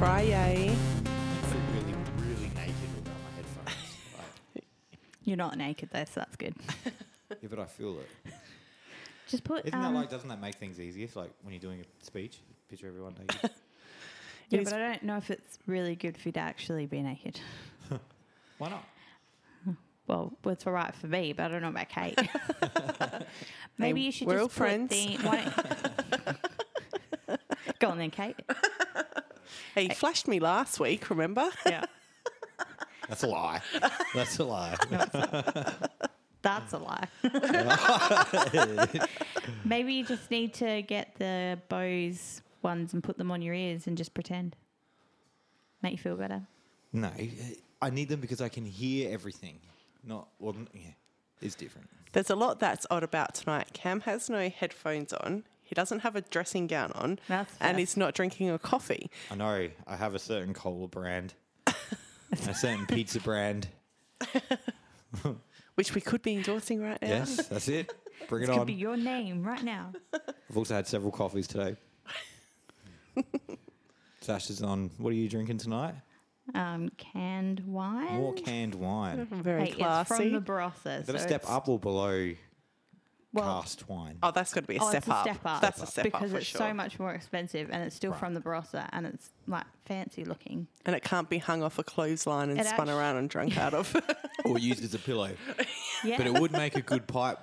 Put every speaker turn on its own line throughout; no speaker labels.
Bye.
I feel really, really naked without my headphones. Like,
You're not naked though, so that's good.
yeah, but I feel it.
Just put.
Isn't
um,
that like? Doesn't that make things easier? It's like when you're doing a speech, picture everyone naked.
yeah,
It is-
but I don't know if it's really good for you to actually be naked.
Why not?
Well, it's all right for me, but I don't know about Kate. Maybe
Hey,
you should
we're
just
all
put
friends.
The, why don't- Go on then, Kate.
Hey, you flashed me last week, remember?
Yeah,
That's a lie. That's a lie.
that's a lie. Maybe you just need to get the Bose ones and put them on your ears and just pretend. Make you feel better.
no, I need them because I can hear everything. Not well. n- Yeah, it's different.
There's a lot that's odd about tonight. Cam has no headphones on. He doesn't have a dressing gown on.
That's
and
fair.
he's not drinking a coffee.
I know. I have a certain cola brand, a certain pizza brand.
which we could be endorsing right now.
Yes, that's it. Bring it
This could
on.
be your name right now.
I've also had several coffees today. Sash is on. What are you drinking tonight?
Um, canned wine.
More canned wine.
Very
Hey, it's
classy.
from the Barossa.
Is that a
so
step
it's-
up or below
Well,
cast wine?
oh, that's got to be a
oh,
step
it's a
up.
step up.
That's a step
because
up for
it's
sure.
so much more expensive, and it's still from the Barossa, and it's like fancy looking.
and it can't be hung off a clothesline and
It
spun
actu-
around and drunk out of.
or used as a pillow.
Yeah.
But it would make a good pipe.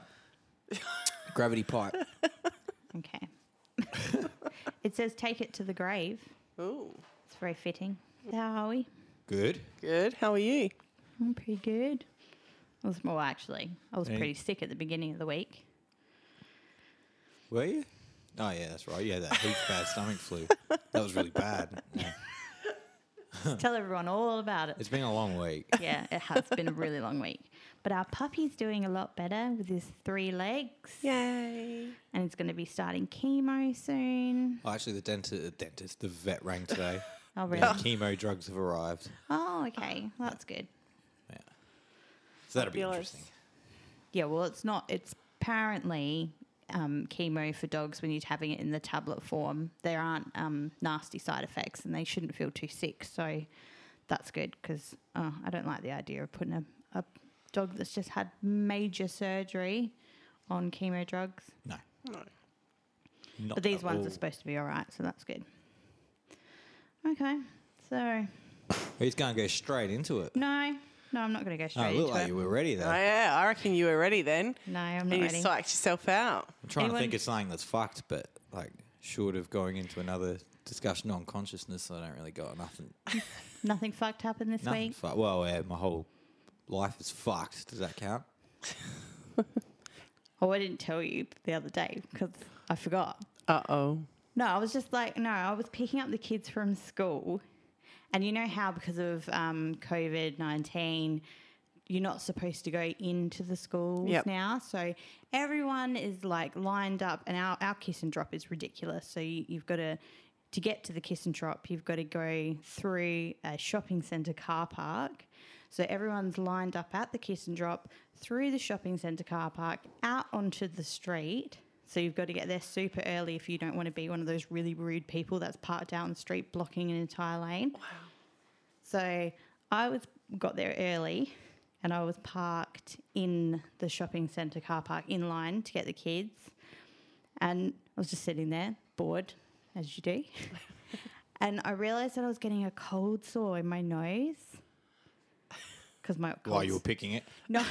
Gravity pipe.
okay. it says take it to the grave.
Ooh,
It's very fitting. How are we?
Good.
good. How are you?
I'm pretty good. I was well, actually, I was
Any-
pretty sick at the beginning of the week.
Were you? Oh yeah, that's right. Yeah, that huge bad stomach flu. That was really bad. Yeah.
Just tell everyone all about it.
It's been a long week.
Yeah, it has been a really long week. But our puppy's doing a lot better with his three legs,
Yay!
and he's going to be starting chemo soon.
Oh, actually, the dentist, the dentist, the vet rang today.
Oh,
The
really?
chemo drugs have arrived.
Oh, okay. That's good.
Yeah. So that'll be
Fabulous.
interesting.
Yeah, well, it's not, it's apparently um, chemo for dogs when you're having it in the tablet form. There aren't um, nasty side effects and they shouldn't feel too sick. So that's good because uh, I don't like the idea of putting a, a dog that's just had major surgery on chemo drugs.
No.
No.
Not
But these
at
ones
all.
are supposed to be all right. So that's good. Okay. So,
He's going to go straight into it.
no, no, I'm not going to go
Oh,
straight
it
into
looked like
it.
you were ready though.
Oh, yeah, I reckon you were ready then.
No, I'm not
And you
ready.
psyched yourself out.
I'm trying to think
Anyone-
of something that's fucked, but like short of going into another discussion on consciousness, I don't really got nothing.
Nothing fucked happened this
Nothing.
week.
Fu- well, yeah, my whole life is fucked. Does that count?
Oh, I didn't tell you the other day because I forgot.
Uh oh.
No, I was just like, no, I was picking up the kids from school. And you know how, because of um, COVID 19, you're not supposed to go into the schools
Yep.
now. So everyone is like lined up, and our, our kiss and drop is ridiculous. So you, you've got to, to get to the kiss and drop, you've got to go through a shopping centre car park. So everyone's lined up at the kiss and drop, through the shopping centre car park, out onto the street. So you've got to get there super early if you don't want to be one of those really rude people that's parked down the street blocking an entire lane. So I was got there early and I was parked in the shopping centre car park in line to get the kids. And I was just sitting there, bored, as you do. and I realised that I was getting a cold sore in my nose. Because my cold
While you were picking it,
no,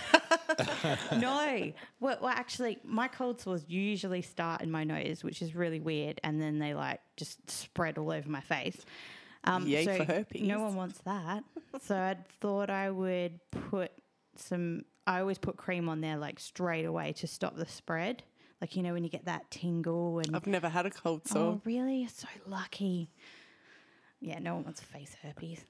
no. Well, well, actually, my cold sores usually start in my nose, which is really weird, and then they like just spread all over my face. Um,
Yay
so
for herpes.
No one wants that. so I thought I would put some. I always put cream on there like straight away to stop the spread. Like you know when you get that tingle and
I've never had a cold sore.
Oh, really? You're so lucky. Yeah, no one wants face herpes.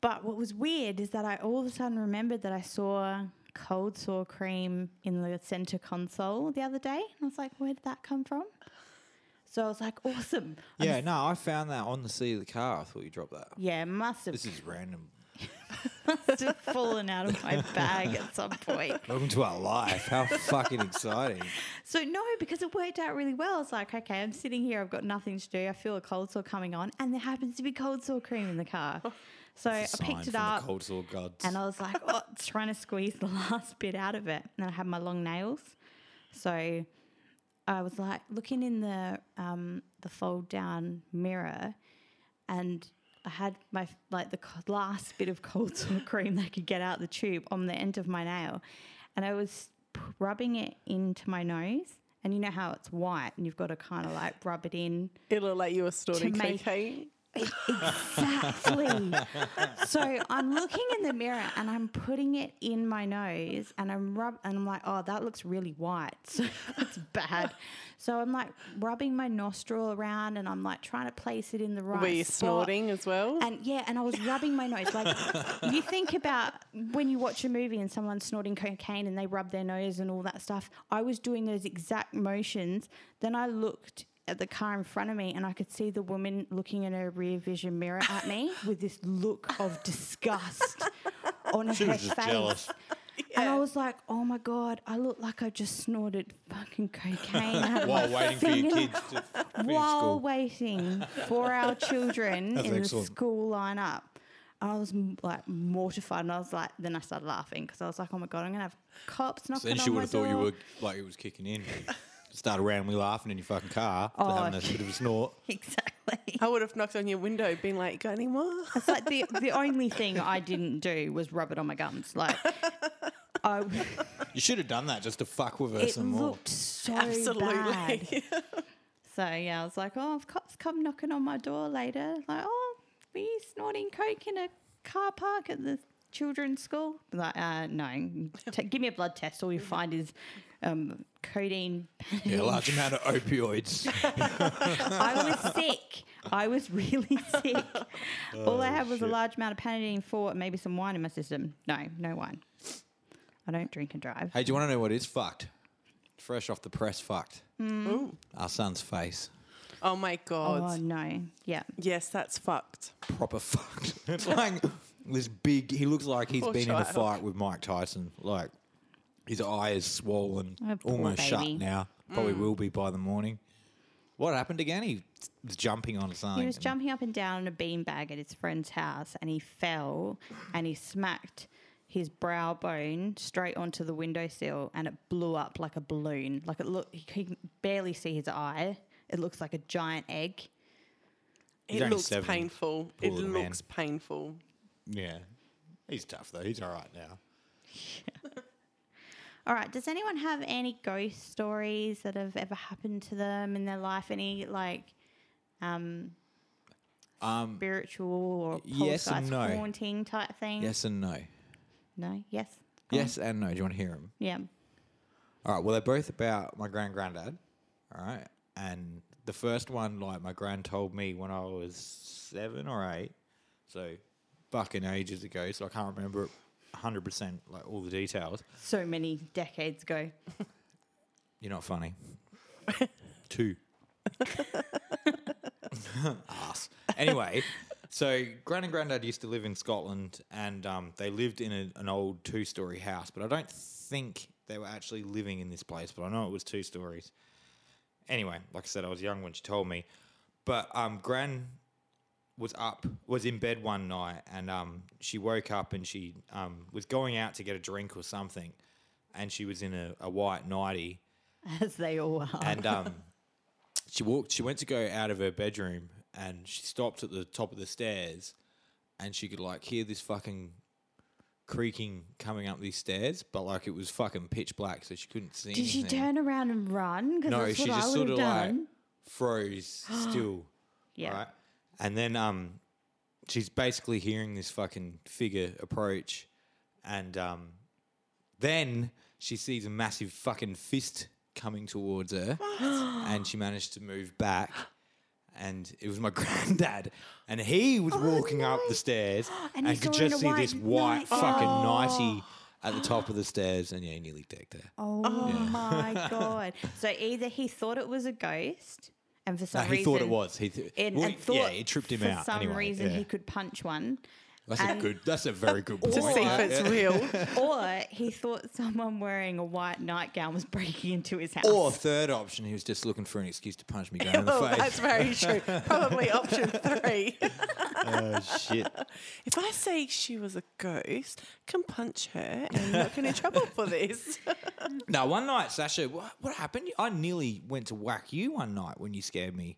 but what was weird is that I all of a sudden remembered that I saw cold sore cream in the center console the other day. And I was like, where did that come from? So I was like, awesome. I'm-
yeah. No, I found that on the seat of the car. I thought you dropped that.
Yeah, it must have.
This is random.
must have fallen out of my bag at some point.
Welcome to our life. How fucking exciting.
So no, because it worked out really well. It's like, okay, I'm sitting here, I've got nothing to do. I feel a cold sore coming on, and there happens to be cold sore cream in the car. So I
Sign
picked
from
it
the
up
Cold sore gods.
and I was like, oh, trying to squeeze the last bit out of it. And I had my long nails. So I was like looking in the um, the fold down mirror and I had my like the co- last bit of cold sore cream that I could get out the tube on the end of my nail. And I was p- rubbing it into my nose. And you know how it's white and you've got to kind of like rub it in
It looked like you were snorting
make-
cocaine.
Exactly. so I'm looking in the mirror and I'm putting it in my nose and I'm rub and I'm like, oh, that looks really white. So it's bad. So I'm like rubbing my nostril around and I'm like trying to place it in the right.
Were you
spot.
snorting as well?
And yeah, and I was rubbing my nose. Like you think about when you watch a movie and someone's snorting cocaine and they rub their nose and all that stuff. I was doing those exact motions. Then I looked at the car in front of me and I could see the woman looking in her rear vision mirror at me with this look of disgust on
She
her
was just
face.
jealous.
And I was like, oh my God, I look like I just snorted fucking cocaine. I had
While
my
waiting for your
finger-
kids to finish
while
school.
waiting for our children
That's
in
excellent.
the school lineup. And I was m- like mortified, and I was like, then I started laughing because I was like, oh my god, I'm gonna have cops knocking
Then
on
she would
my
have thought
door.
you were like it was kicking in. Started randomly laughing in your fucking car,
Oh,
having a bit of a snort.
exactly.
I would have knocked on your window, been like, "Got any more?"
It's like the the only thing I didn't do was rub it on my gums. Like, I
You should have done that just to fuck with her
it
some more.
looked so bad.
Absolutely.
So yeah, I was like, oh, if cops come knocking on my door later, like, oh, were you snorting coke in a car park at the children's school? I'm Like, uh, no, T- give me a blood test. All you find is um, codeine.
Yeah, a large amount of opioids.
I was sick. I was really sick. All I had was a large amount of Panadine for maybe some wine in my system. No, no wine. I don't drink and drive.
hey, do you want to know what is fucked? Fresh off the press, fucked.
Mm.
Our son's face.
Oh my god.
Oh no, yeah.
Yes, that's fucked.
Proper fucked. it's like this big, he looks like he's
Poor
been in a
child.
fight with Mike Tyson. Like, his eye is swollen,
Oh, poor
almost shut
baby.
now. Probably will be by the morning. What happened again? He was jumping on something.
He was jumping up and down in a beanbag at his friend's house and he fell and he smacked his brow bone straight onto the windowsill and it blew up like a balloon. Like it look he can barely see his eye. It looks like a giant egg.
He's
it
only
looks
seven.
painful.
Poor
it
little man.
looks painful.
Yeah. He's tough, though. He's all right now.
All right, does anyone have any ghost stories that have ever happened to them in their life? Any like um
Um,
spiritual or
yes and
poltergeist
no.
haunting type thing?
Yes and no.
No? Yes. Go on.
Yes and no. Do you want to hear him?
Yeah.
All right. Well, they're both about my grand granddad. All right. And the first one, like my grand told me when I was seven or eight, so fucking ages ago. So I can't remember hundred percent like all the details.
So many decades ago.
You're not funny. Two. Ass. Anyway, so Gran and Grandad used to live in Scotland, and um, they lived in a, an old two-story house. But I don't think they were actually living in this place. But I know it was two stories. Anyway, like I said, I was young when she told me. But um, Gran was up, was in bed one night, and um, she woke up and she um, was going out to get a drink or something, and she was in a, a white nightie
As they all are.
and um, she walked. She went to go out of her bedroom, and she stopped at the top of the stairs, and she could like hear this fucking creaking coming up these stairs, but like it was fucking pitch black, so she couldn't see.
Did she
anything.
turn around and run? Because
No,
that's
she
what
just
I would
sort of
have done.
like froze still.
yeah.
Right. And then um, she's basically hearing this fucking figure approach, and um, then she sees a massive fucking fist coming towards her, and she managed to move back. And it was my granddad, and he was walking up the stairs
Oh, And
and,
he
could
saw her in
just see
a white Oh.
this white
nightgown.
fucking nightie at the top of the stairs, and yeah, he nearly decked her.
Oh my god! So either he thought it was a ghost, and for
No,
some
he
reason
thought it was. He th-
and,
well,
and thought
yeah, it tripped him
for
out.
some
anyway,
reason
yeah.
he could punch one,
That's a good. That's a very good point.
to see if it's real.
or he thought someone wearing a white nightgown was breaking into his house.
Or third option, he was just looking for an excuse to punch me down in the
Oh,
well, Oh, that's
face.
very true. Probably option three.
Oh shit!
if I say she was a ghost, I can punch her and not get in trouble for this.
Now one night, Sasha, what, what happened? I nearly went to whack you one night when you scared me.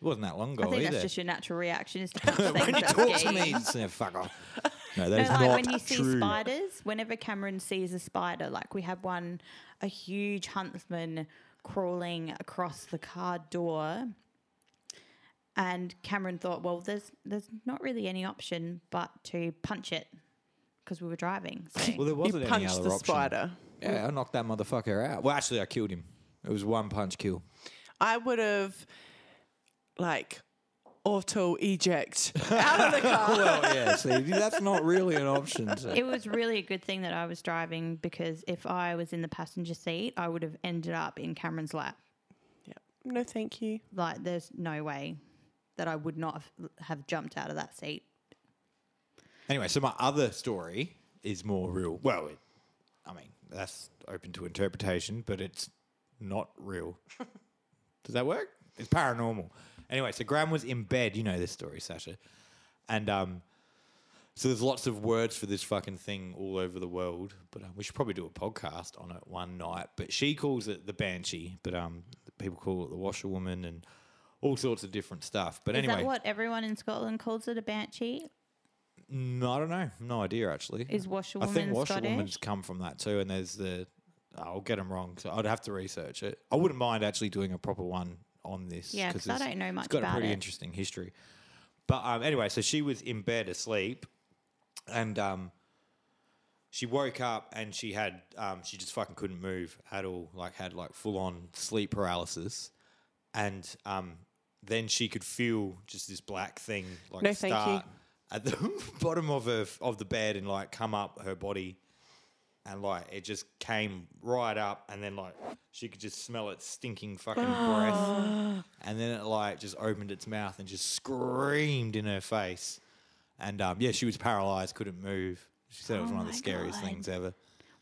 It wasn't that long
I
ago
think
either.
that's just your natural reaction is to punch things
when you
that
talk
scare
to me,
you.
just say, fuck off. No, that is
No, like
not
when you see
true.
spiders, whenever Cameron sees a spider, like we had one, a huge huntsman crawling across the car door, and Cameron thought, well, there's there's not really any option but to punch it because we were driving. So
Well, there wasn't
you
any
punch
other
the
option.
spider.
Yeah, I knocked that motherfucker out. Well, actually, I killed him. It was one punch kill.
I would have like auto eject out of the car.
well, yeah. See, that's not really an option. So.
it was really a good thing that I was driving because if I was in the passenger seat, I would have ended up in Cameron's lap.
Yep. No, thank you.
Like, there's no way that I would not have, have jumped out of that seat.
Anyway, so my other story is more real. Well, it, I mean, that's open to interpretation, but it's not real. Does that work? It's paranormal. Anyway, so Graham was in bed. You know this story, Sasha. And um, so there's lots of words for this fucking thing all over the world, but um, we should probably do a podcast on it one night. But she calls it the banshee, but um, people call it the washerwoman and all sorts of different stuff. But
Is
anyway,
that what everyone in Scotland calls it a banshee?
No, Mm, I don't know. No idea actually.
Is washerwoman
I think
Scottish?
washerwoman's come from that too, and there's the. I'll get them wrong, so I'd have to research it. I wouldn't mind actually doing a proper one on this.
Yeah, 'cause I
it's-
don't know much
It's got
about
a pretty
it.
interesting history. But um, anyway, so she was in bed asleep, and um, she woke up and she had um, she just fucking couldn't move at all. Like had like full on sleep paralysis, and um, then she could feel just this black thing like
No, thank you.
start at the bottom of her of the bed and like come up her body and like it just came right up and then like she could just smell its stinking fucking breath and then it like just opened its mouth and just screamed in her face and um, yeah she was paralyzed couldn't move she said it was
Oh
one of the
my
scariest
God.
things ever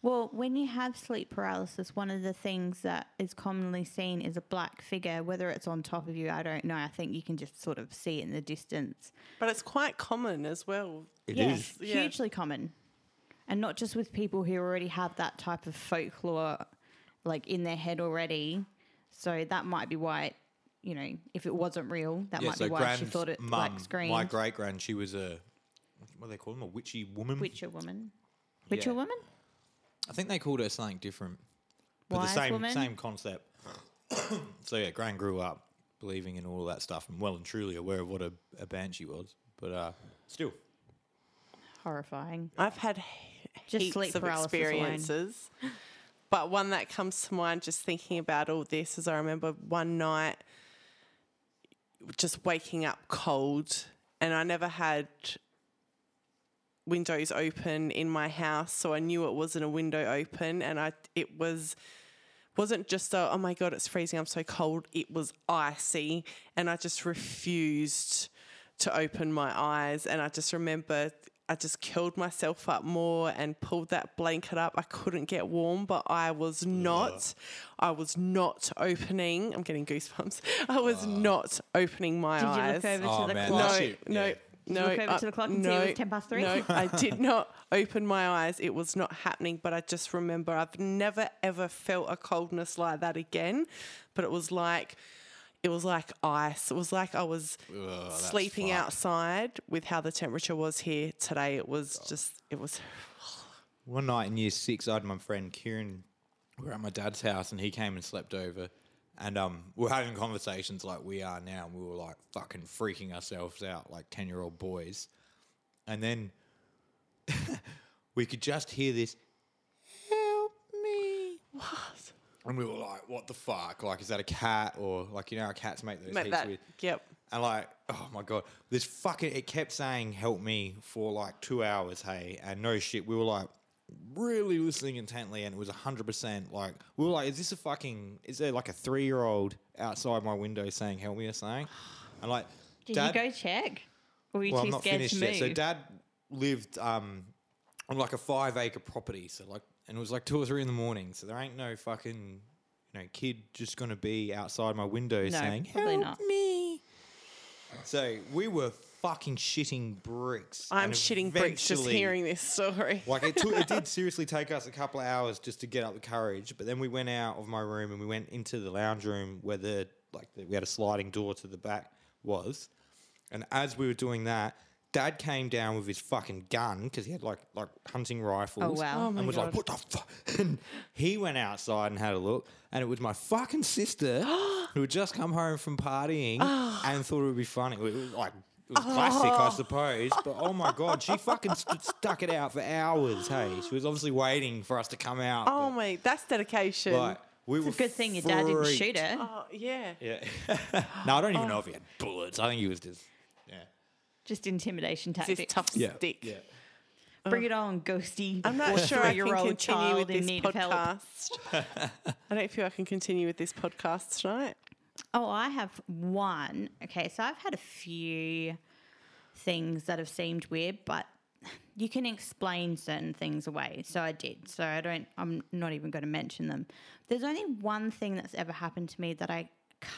Well, when you have sleep paralysis, one of the things that is commonly seen is a black figure, whether it's on top of you, I don't know. I think you can just sort of see it in the distance.
But it's quite common as well.
It is.
yes,
Yeah.
hugely common. And not just with people who already have that type of folklore like in their head already. So that might be why it, you know, if it wasn't real, that
yeah
might
so
be why she
grand
thought it
mum
like screamed.
my great grand she was a what do they call them a witchy woman
Witcher woman. Witcher
Yeah.
woman?
I think they called her something different but
Wise
the same
woman?
same concept so yeah Gran grew up believing in all that stuff and well and truly aware of what a, a banshee was but uh still
Horrifying.
I've had he-
Just
heaps
sleep
of
paralysis alone.
experiences, but one that comes to mind just thinking about all this is I remember one night just waking up cold, and I never had windows open in my house, so I knew it wasn't a window open, and I it was wasn't just a oh my god it's freezing I'm so cold it was icy and I just refused to open my eyes and I just remember I just curled myself up more and pulled that blanket up I couldn't get warm but I was not I was not opening I'm getting goosebumps I was not opening my
Did you
eyes
look over
Oh,
to the
man,
clock?
that
no,
shit,
no,
yeah.
you
no. uh,
look over to the clock and see it was 10 past three?
No, I did not open my eyes. It was not happening, but I just remember I've never ever felt a coldness like that again. But it was like it was like ice. It was like I was
that's
sleeping
fucked.
outside with how the temperature was here today. It was just it was
One night in year six, I had my friend Kieran. We were at my dad's house, and he came and slept over. And um, we are having conversations like we are now, and we were like fucking freaking ourselves out, like ten year old boys. And then we could just hear this, "Help me!" What? And we were like, "What the fuck? Like, is that a cat or like you know how cats make those
like
heaps
that.
with?"
Yep.
And like, oh my god, this fucking it kept saying help me for like two hours, hey, and no shit, we were like really listening intently, and it was hundred percent like we were like, is this a fucking? Is there like a three year old outside my window saying help me or something? And like,
Did
dad,
you go check? Or were you
well,
too
I'm not
scared
finished
to move?
yet. So dad lived um, on like a five acre property. So like, and it was like two or three in the morning. So there ain't no fucking you know kid just gonna be outside my window saying
probably
help
not.
me. So we were fucking shitting bricks.
I'm
and
shitting bricks just
eventually-
hearing this story.
like it took, it did seriously take us a couple of hours just to get up the courage. But then we went out of my room and we went into the lounge room where the like the, we had a sliding door to the back was. And as we were doing that, Dad came down with his fucking gun because he had like like hunting rifles.
wow. Oh
my
and was like,
God.
"What the fuck?" And he went outside and had a look, and it was my fucking sister who had just come home from partying and thought it would be funny. It was like. It was classic, I suppose, but oh my god, she fucking st- stuck it out for hours. Hey, she was obviously waiting for us to come out.
Oh my, that's dedication.
but, like, we were
It's a good thing your dad didn't
freaked.
shoot Oh. it.
Oh yeah.
Yeah, no, I don't even know if he had bullets. I think he was just yeah,
Just intimidation
This
tactics.
tough
yeah,
stick.
yeah.
Bring it on, ghosty.
I'm not
or
sure I can
three-year-old
continue
child
with
in
this
need of help.
podcast. I don't feel I can continue with this podcast tonight.
Oh, I have one. Okay, so I've had a few things that have seemed weird, but you can explain certain things away. So I did. So I don't I'm not even going to mention them. There's only one thing that's ever happened to me that I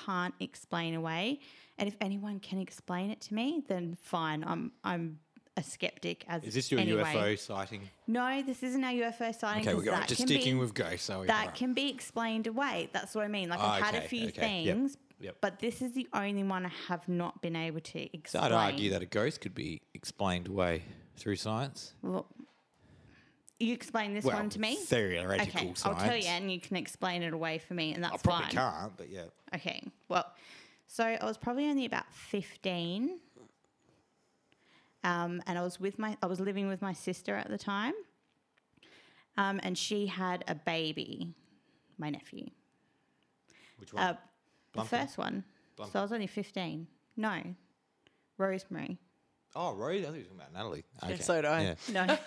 can't explain away, and if anyone can explain it to me, then fine. I'm I'm a skeptic as
Is this your
anyway.
UFO sighting?
No, this isn't our UFO sighting.
Okay,
'cause
we're going
that
just
can be-
sticking with ghosts. Are we?
that
Right.
can be explained away. That's what I mean. Like
Ah,
I've had
okay,
a few
okay. Yep,
things,
yep.
but this is the only one I have not been able to
So
explain.
I'd argue that a ghost could be explained away through science.
Well, you explain this one to me.
Theoretical
Okay,
science.
I'll tell you, and you can explain it away for me, and that's
I probably
fine.
can't, but yeah.
Okay. Well, so I was probably only about 15. Um, and I was with my I was living with my sister at the time. Um, and she had a baby, my nephew.
Which
Uh,
one?
the
Blumpkin?
first one. So I was only 15. No. Rosemary.
oh, Rose. I thought you were talking about Natalie. Okay.
So do I.
Yeah.
No.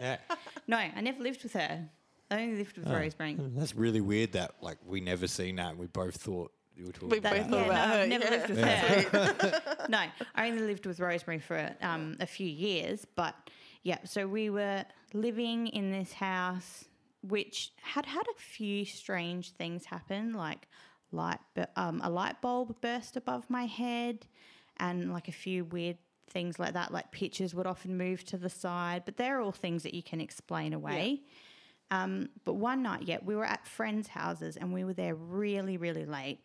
yeah.
no, I never lived with her. I only lived with Rosemary.
That's really weird that like we never seen that. and We both thought you were talking
We
about
both
that.
thought
Yeah, no,
about her.
I've never
yeah.
lived with her. no, I only lived with Rosemary for um, a few years, but yeah, so we were living in this house, which had had a few strange things happen, like light, bu- um, a light bulb burst above my head, and like a few weird things like that. Like pictures would often move to the side, but they're all things that you can explain away. Um, but one night, yeah, we were at friends' houses and we were there really, really late.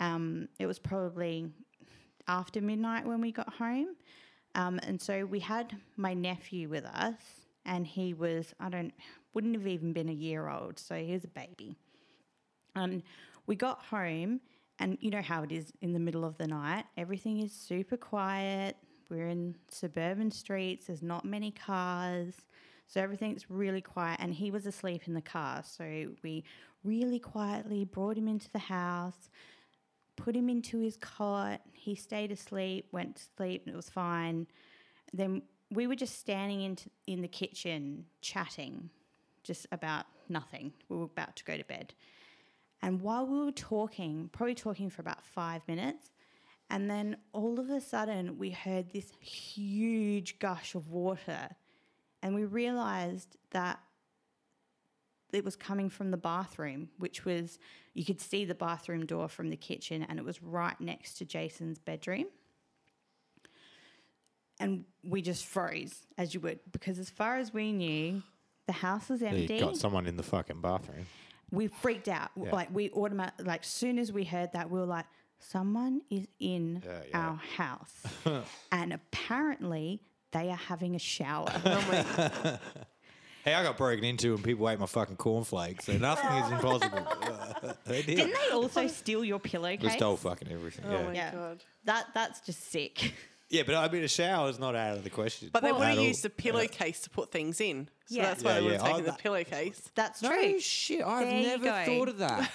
Um, it was probably after midnight when we got home. Um, and so we had my nephew with us, and he was, I don't, wouldn't have even been a year old. So he was a baby. And we got home, and you know how it is in the middle of the night. Everything is super quiet. We're in suburban streets, there's not many cars. So everything's really quiet. And he was asleep in the car. So we really quietly brought him into the house, put him into his cot. He stayed asleep, went to sleep, and it was fine. Then we were just standing in, t- in the kitchen chatting just about nothing. We were about to go to bed. And while we were talking, probably talking for about five minutes, and then all of a sudden we heard this huge gush of water. And we realized that it was coming from the bathroom, which was, you could see the bathroom door from the kitchen, and it was right next to Jason's bedroom. And we just froze, as you would, because as far as we knew, the house was empty
You got someone in the fucking bathroom.
we freaked out. Like we automat like soon as we heard that, we were like, someone is in
Yeah, yeah.
our house, and apparently they are having a shower.
Hey, I got broken into and people ate my fucking cornflakes, so nothing is impossible. they did.
Didn't they also steal your
We
pillowcase?
stole fucking everything.
Oh
yeah.
my
Yeah.
god.
That that's just sick.
yeah, but I mean, a shower is not out of the question.
But they
At
would have
all.
used the pillowcase to put things in. So
Yeah.
that's why
Yeah,
they would
yeah.
have
Oh,
taken the
that-
pillowcase.
That's
No
true.
shit. I've
There you
never
go.
thought of that.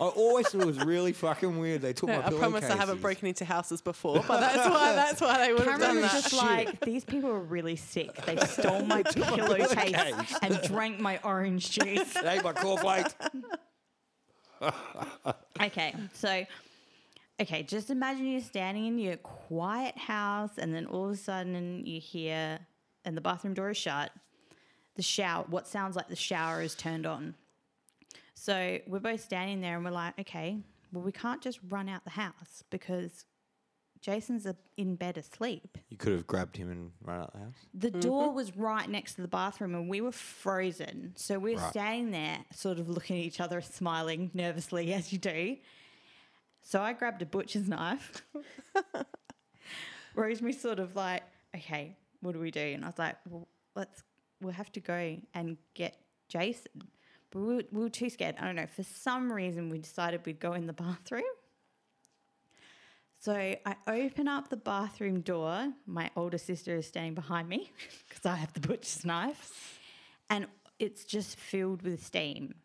I always thought it was really fucking weird. They took my
I promise I haven't
pillowcases.
broken into houses before, but that's why that's why they would have
Cameron
done
was
that.
just like, these people are really sick. They stole my pillowcase
pillowcase.
and drank my orange juice.
They ate my cornflakes.
Okay, so okay, just imagine you're standing in your quiet house, and then all of a sudden you hear and the bathroom door is shut, the shower, what sounds like the shower is turned on. So we're both standing there and we're like, okay, well, we can't just run out the house because Jason's a- in bed asleep.
You could have grabbed him and run out the house.
The door was right next to the bathroom and we were frozen. So we we're
Right.
standing there, sort of looking at each other, smiling nervously as you do. So I grabbed a butcher's knife. Rosemary sort of like, okay, what do we do? And I was like, well, let's, we'll have to go and get Jason. But we were, we were too scared. I don't know. For some reason, we decided we'd go in the bathroom. So I open up the bathroom door. My older sister is standing behind me because I have the butcher's knife. And it's just filled with steam.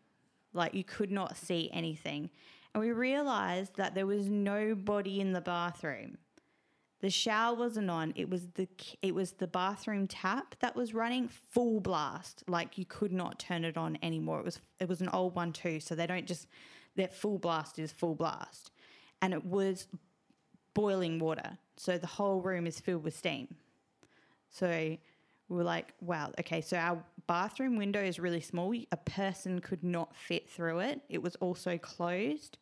Like you could not see anything. And we realized that there was nobody in the bathroom. The shower wasn't on. It was the k- it was the bathroom tap that was running full blast. Like you could not turn it on anymore. It was it was an old one too, so they don't just their full blast is full blast. And it was boiling water. So the whole room is filled with steam. So we were like, wow, okay, so our bathroom window is really small. A person could not fit through it. It was also closed.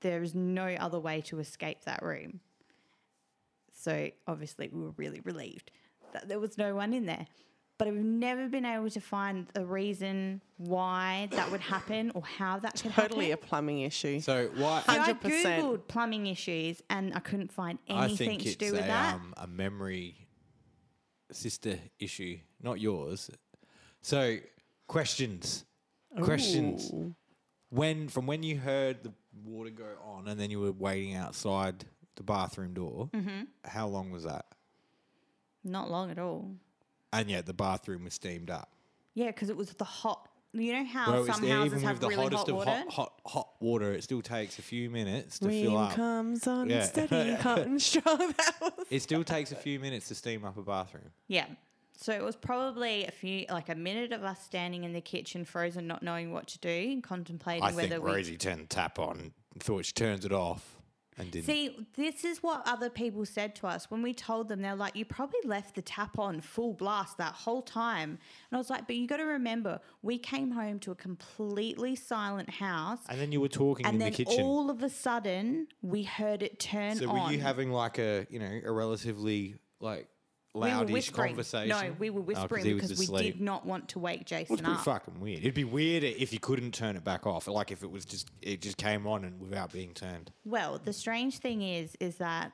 There is no other way to escape that room. So obviously, we were really relieved that there was no one in there. But I've never been able to find a reason why that would happen or how that could
Totally
happen.
a plumbing issue.
So why?
So I
100%.
googled plumbing issues and I couldn't find
I
anything
think
to
it's
do with
a,
that.
Um, a memory sister issue, not yours. So questions, questions.
Ooh.
When from when you heard the water go on, and then you were waiting outside the bathroom door.
Mm-hmm.
How long was that?
Not long at all.
And yet the bathroom was steamed up.
Yeah, because it was the hot. You know how
Bro, it's
some
there,
houses
even with
have
the
really
hottest
hot
of
water.
hot, hot, hot water, it still takes a few minutes to fill
Rain
up.
comes on
Yeah.
steady, hot and strong. That was-
It still takes a few minutes to steam up a bathroom.
Yeah. So it was probably a few, like a minute of us standing in the kitchen, frozen, not knowing what to do, and contemplating
I
whether
think
we.
Rosie turned the tap on, for which turns it off and didn't.
See, this is what other people said to us when we told them. They're like, "You probably left the tap on full blast that whole time," and I was like, "But you got to remember, we came home to a completely silent house,
and then you were talking in
and
the
then
kitchen.
all of a sudden, we heard it turn
so were
on."
you having like a you know a relatively like
we were
loudish
whispering.
conversation?
No, we were
Oh,
whispering
he was
because we
asleep.
did not want to wake Jason
It's pretty
up.
fucking weird. It'd be weirder if you couldn't turn it back off. Like if it was just it just came on and without being turned.
Well, the strange thing is, is that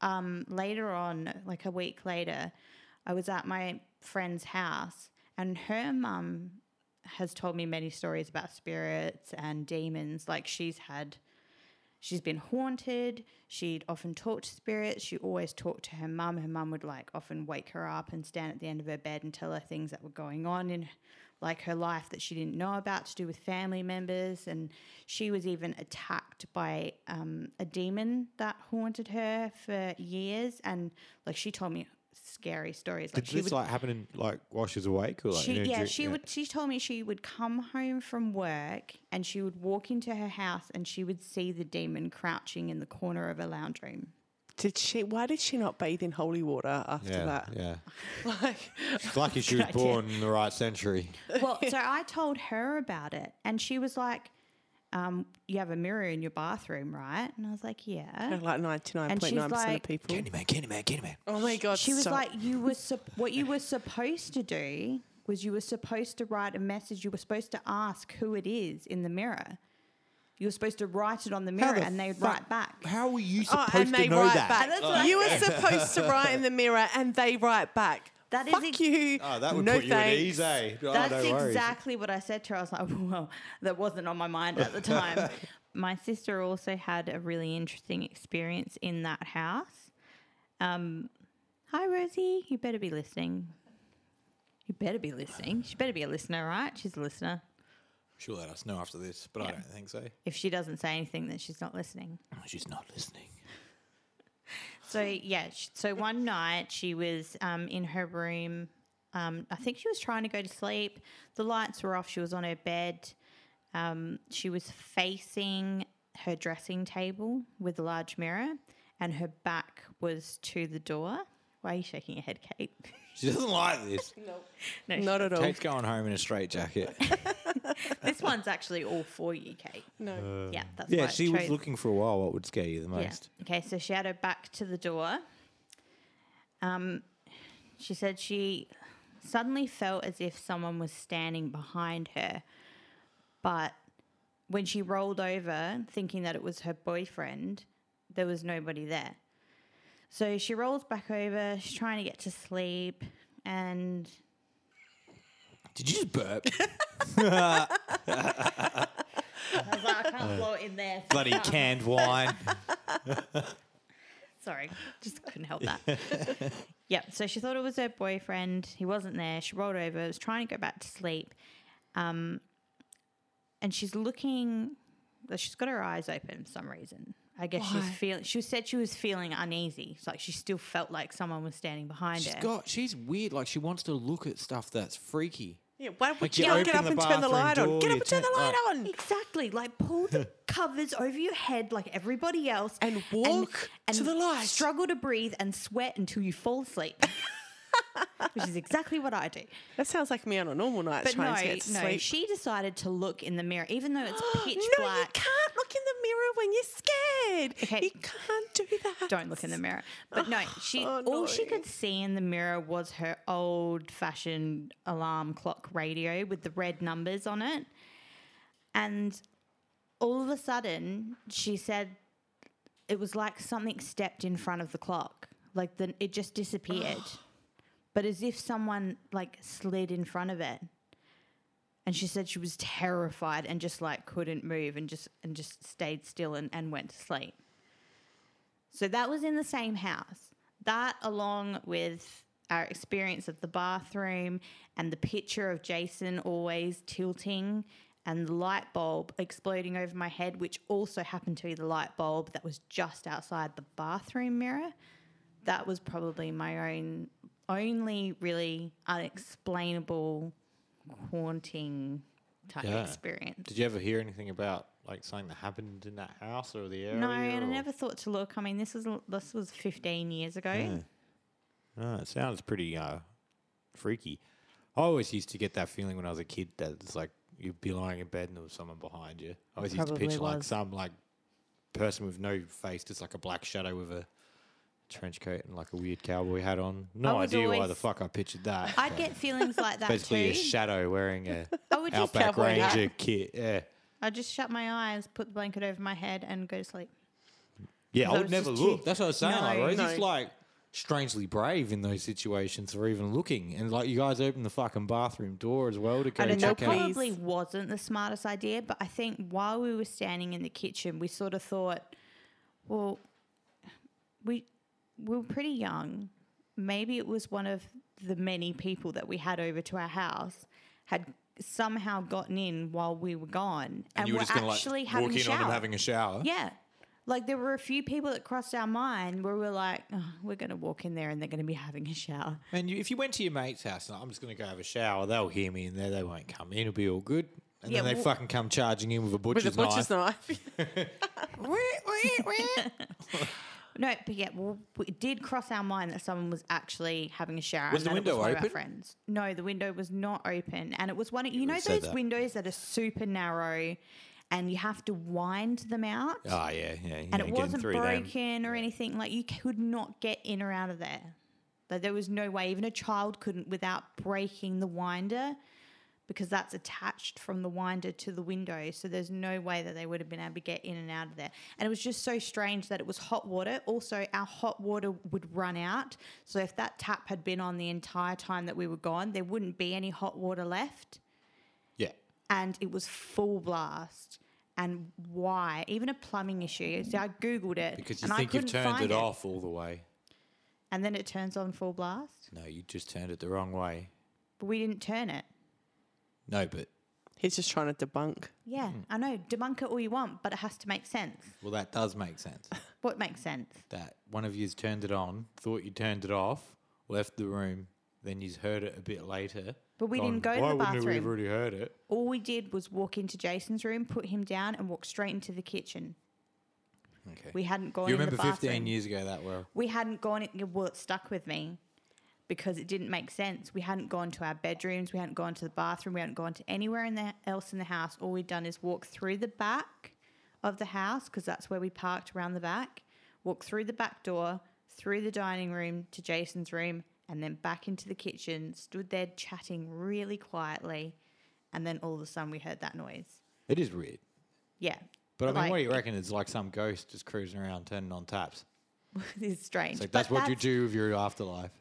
um, later on, like a week later, I was at my friend's house, and her mum has told me many stories about spirits and demons. Like she's had, she's been haunted. She'd often talk to spirits. She always talked to her mum. Her mum would like often wake her up and stand at the end of her bed and tell her things that were going on in like her life that she didn't know about to do with family members. And she was even attacked by um, a demon that haunted her for years. And like she told me scary stories. Like
Did
she
this
would
like happen in, like while she was awake or like
she,
you know,
yeah,
dur-
she would. She told me she would come home from work and she would walk into her house and she would see the demon crouching in the corner of her lounge room.
did she? Why did she not bathe in holy water after
yeah,
that?
Yeah.
Like,
It's lucky she was born in the right century.
Well, so I told her about it and she was like, um, "You have a mirror in your bathroom, right?" And I was like, "Yeah."
like ninety nine point nine percent of
like-
people.
Candyman, Candyman, Candyman.
Oh my god!
She was
stop.
like, "You were sup- what you were supposed to do was you were supposed to write a message. You were supposed to ask who it is in the mirror." You were supposed to write it on the mirror,
the
and they'd
fuck-
write back.
How were you
Oh,
supposed
and
to
they
know
write
that? Oh,
back.
That's what I
you were supposed to write in the mirror, and they write back.
That is
Fuck
ex-
you.
Oh, that would
no
put you at
thanks.
ease, eh? Oh,
That's
no worries.
exactly what I said to her. I was like, well, that wasn't on my mind at the time. my sister also had a really interesting experience in that house. Um, hi, Rosie. You better be listening. You better be listening. She better be a listener, right? She's a listener.
She'll let us know after this, but I don't think so.
If she doesn't say anything, then she's not listening.
Oh, She's not listening.
So yeah, sh- so one night she was um, in her room. Um, I think she was trying to go to sleep. The lights were off. She was on her bed. Um, she was facing her dressing table with a large mirror, and her back was to the door. Why are you shaking your head, Kate?
She doesn't like this.
No,
Not at all.
Kate's going home in a straitjacket.
this one's actually all for you, Kate.
Uh,
No.
yeah, that's
yeah,
why I
she was
chose-
looking for a while. What would scare you the
Yeah.
most?
Okay, so she had her back to the door. Um, she said she suddenly felt as if someone was standing behind her, but when she rolled over, thinking that it was her boyfriend, there was nobody there. So she rolls back over. She's trying to get to sleep, and
Did you just burp?
I was like, I can't blow it in there.
Bloody canned wine.
Sorry, just couldn't help that. yep. So she thought it was her boyfriend. He wasn't there. She rolled over. Was trying to go back to sleep, um, and she's looking. well, She's got her eyes open for some reason. I guess she's
Why?
feeling. She said she was feeling uneasy. It's like she still felt like someone was standing behind
She's
her.
got. She's weird. Like she wants to look at stuff that's freaky.
Yeah, why would
Like,
you
you
not get up
open
and
the
turn the
bathroom
light on?
door,
Get up
you
and turn the
turn-
light on.
Exactly, like pull the covers over your head like everybody else,
And walk to the light.
Struggle to breathe and sweat until you fall asleep, which is exactly what I do.
That sounds like me on a normal night
But
trying
no,
to get to
no,
sleep.
she decided to look in the mirror, even though it's pitch
no, you
black.
can't look in the mirror when you're scared.
Okay.
You can't do that.
Don't look in the mirror. But no, she
Oh,
all she
no.
could see in the mirror was her old-fashioned alarm clock radio with the red numbers on it. And all of a sudden, she said it was like something stepped in front of the clock. Like then it just disappeared. but as if someone like slid in front of it. And she said she was terrified and just like couldn't move and just and just stayed still and, and went to sleep. So that was in the same house. That, along with our experience of the bathroom and the picture of Jason always tilting and the light bulb exploding over my head, which also happened to be the light bulb that was just outside the bathroom mirror, that was probably my own only really unexplainable haunting type
Yeah.
experience.
Did you ever hear anything about like something that happened in that house or the area?
No, and
or-
I never thought to look. I mean, this was this was 15 years ago.
Yeah. Oh, it sounds pretty uh, freaky. I always used to get that feeling when I was a kid that it's like you'd be lying in bed and there was someone behind you. I always used to
probably
picture like
was.
some like person with no face, just like a black shadow with a trench coat and like a weird cowboy hat on. No
was
idea why the
always-
fuck I pictured that.
I'd
but
get feelings like that
basically
too.
a shadow wearing a
I would just
Outback
cowboy hat.
Ranger kit. Yeah.
I'd just shut my eyes, put the blanket over my head, and go to sleep.
Yeah,
I
I would
was
never
just
look.
too-
That's what I was saying. like,
No,
Rosie's
no.
like strangely brave in those situations for even looking. And like you guys open the fucking bathroom door as well to go
And
check
that
know,
out.
probably wasn't the smartest idea, but I think while we were standing in the kitchen, we sort of thought, well, we we were pretty young. Maybe it was one of the many people that we had over to our house had somehow gotten in while we were gone, and,
you were just gonna
actually
like
having
walk
a
in
shower.
on them having a shower.
Yeah. Like there were a few people that crossed our mind where we were like, oh, we're going to walk in there and they're going to be having a shower.
And you, if you went to your mate's house, like, I'm just gonna go have a shower. They'll hear me in there. They won't come in. It'll be all good. And
Yeah,
then they
well-
fucking come charging in with a butcher's,
With a butcher's
knife.
knife.
No, but yeah, well, it did cross our mind that someone was actually having a shower.
Was
and
the
that
window
it was one of our
open?
friends. No, the window was not open, and it was one. Of, you know
would've said
those
that.
windows that are super narrow, and you have to wind them out.
Oh yeah, yeah. you
and
ain't
it
getting
wasn't
through them.
broken or anything. Like you could not get in or out of there. Like there was no way. Even a child couldn't without breaking the winder, because that's attached from the winder to the window. So there's no way that they would have been able to get in and out of there. And it was just so strange that it was hot water. Also, our hot water would run out. So if that tap had been on the entire time that we were gone, there wouldn't be any hot water left
Yeah.
and it was full blast. And why? Even a plumbing issue. So I googled it
Because you
and
think
I
you've
couldn't
turned
find
it off all the way.
and then it turns on full blast.
No, you just turned it the wrong way.
But we didn't turn it.
No, but
He's just trying to debunk.
Yeah,
Hmm.
I know. Debunk it all you want, but it has to make sense.
well, that does make sense.
What makes sense?
that one of you's turned it on, thought you turned it off, left the room, then you's heard it a bit later.
But we didn't go to the
we
bathroom."
have already heard it?
All we did was walk into Jason's room, put him down, and walk straight into the kitchen.
Okay.
We hadn't gone.
you
in
remember
the bathroom.
15 years ago that well?
We hadn't gone. in- Well, it stuck with me. because it didn't make sense. We hadn't gone to our bedrooms, we hadn't gone to the bathroom, we hadn't gone to anywhere in the, else in the house. All we'd done is walk through the back of the house because that's where we parked around the back, walk through the back door, through the dining room to Jason's room, and then back into the kitchen, stood there chatting really quietly. And then all of a sudden we heard that noise.
It is weird.
Yeah.
But I mean, what
Like,
do you reckon? It's like some ghost just cruising around turning on taps.
It's strange.
It's like
but
that's what you do with your afterlife.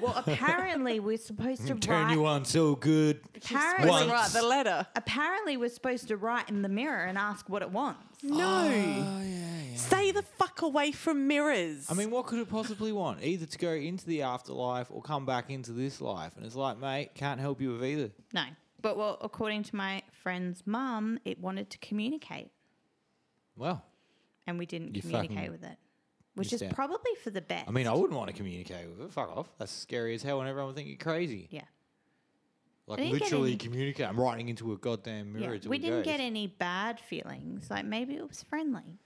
Well, apparently we're supposed to
Turn
write.
you on so good.
apparently,
Wasn't right,
Once.
the letter.
apparently we're supposed to write in the mirror and ask what it wants.
No.
Oh yeah, yeah.
Stay the fuck away from mirrors.
I mean, what could it possibly want? Either to go into the afterlife or come back into this life. And it's like, mate, can't help you with either.
No. But well, according to my friend's mum, it wanted to communicate,
Well,
and we didn't
You
communicate
fucking
with it, which is
missed out.
probably for the best.
I mean, I wouldn't want to communicate with it. Fuck off. That's scary as hell, and everyone would think you're crazy.
yeah,
Like,
didn't get
literally
any-
communicate. I'm writing into a goddamn mirror.
yeah.
to
we
a ghost.
didn't get any bad feelings. Like maybe it was friendly,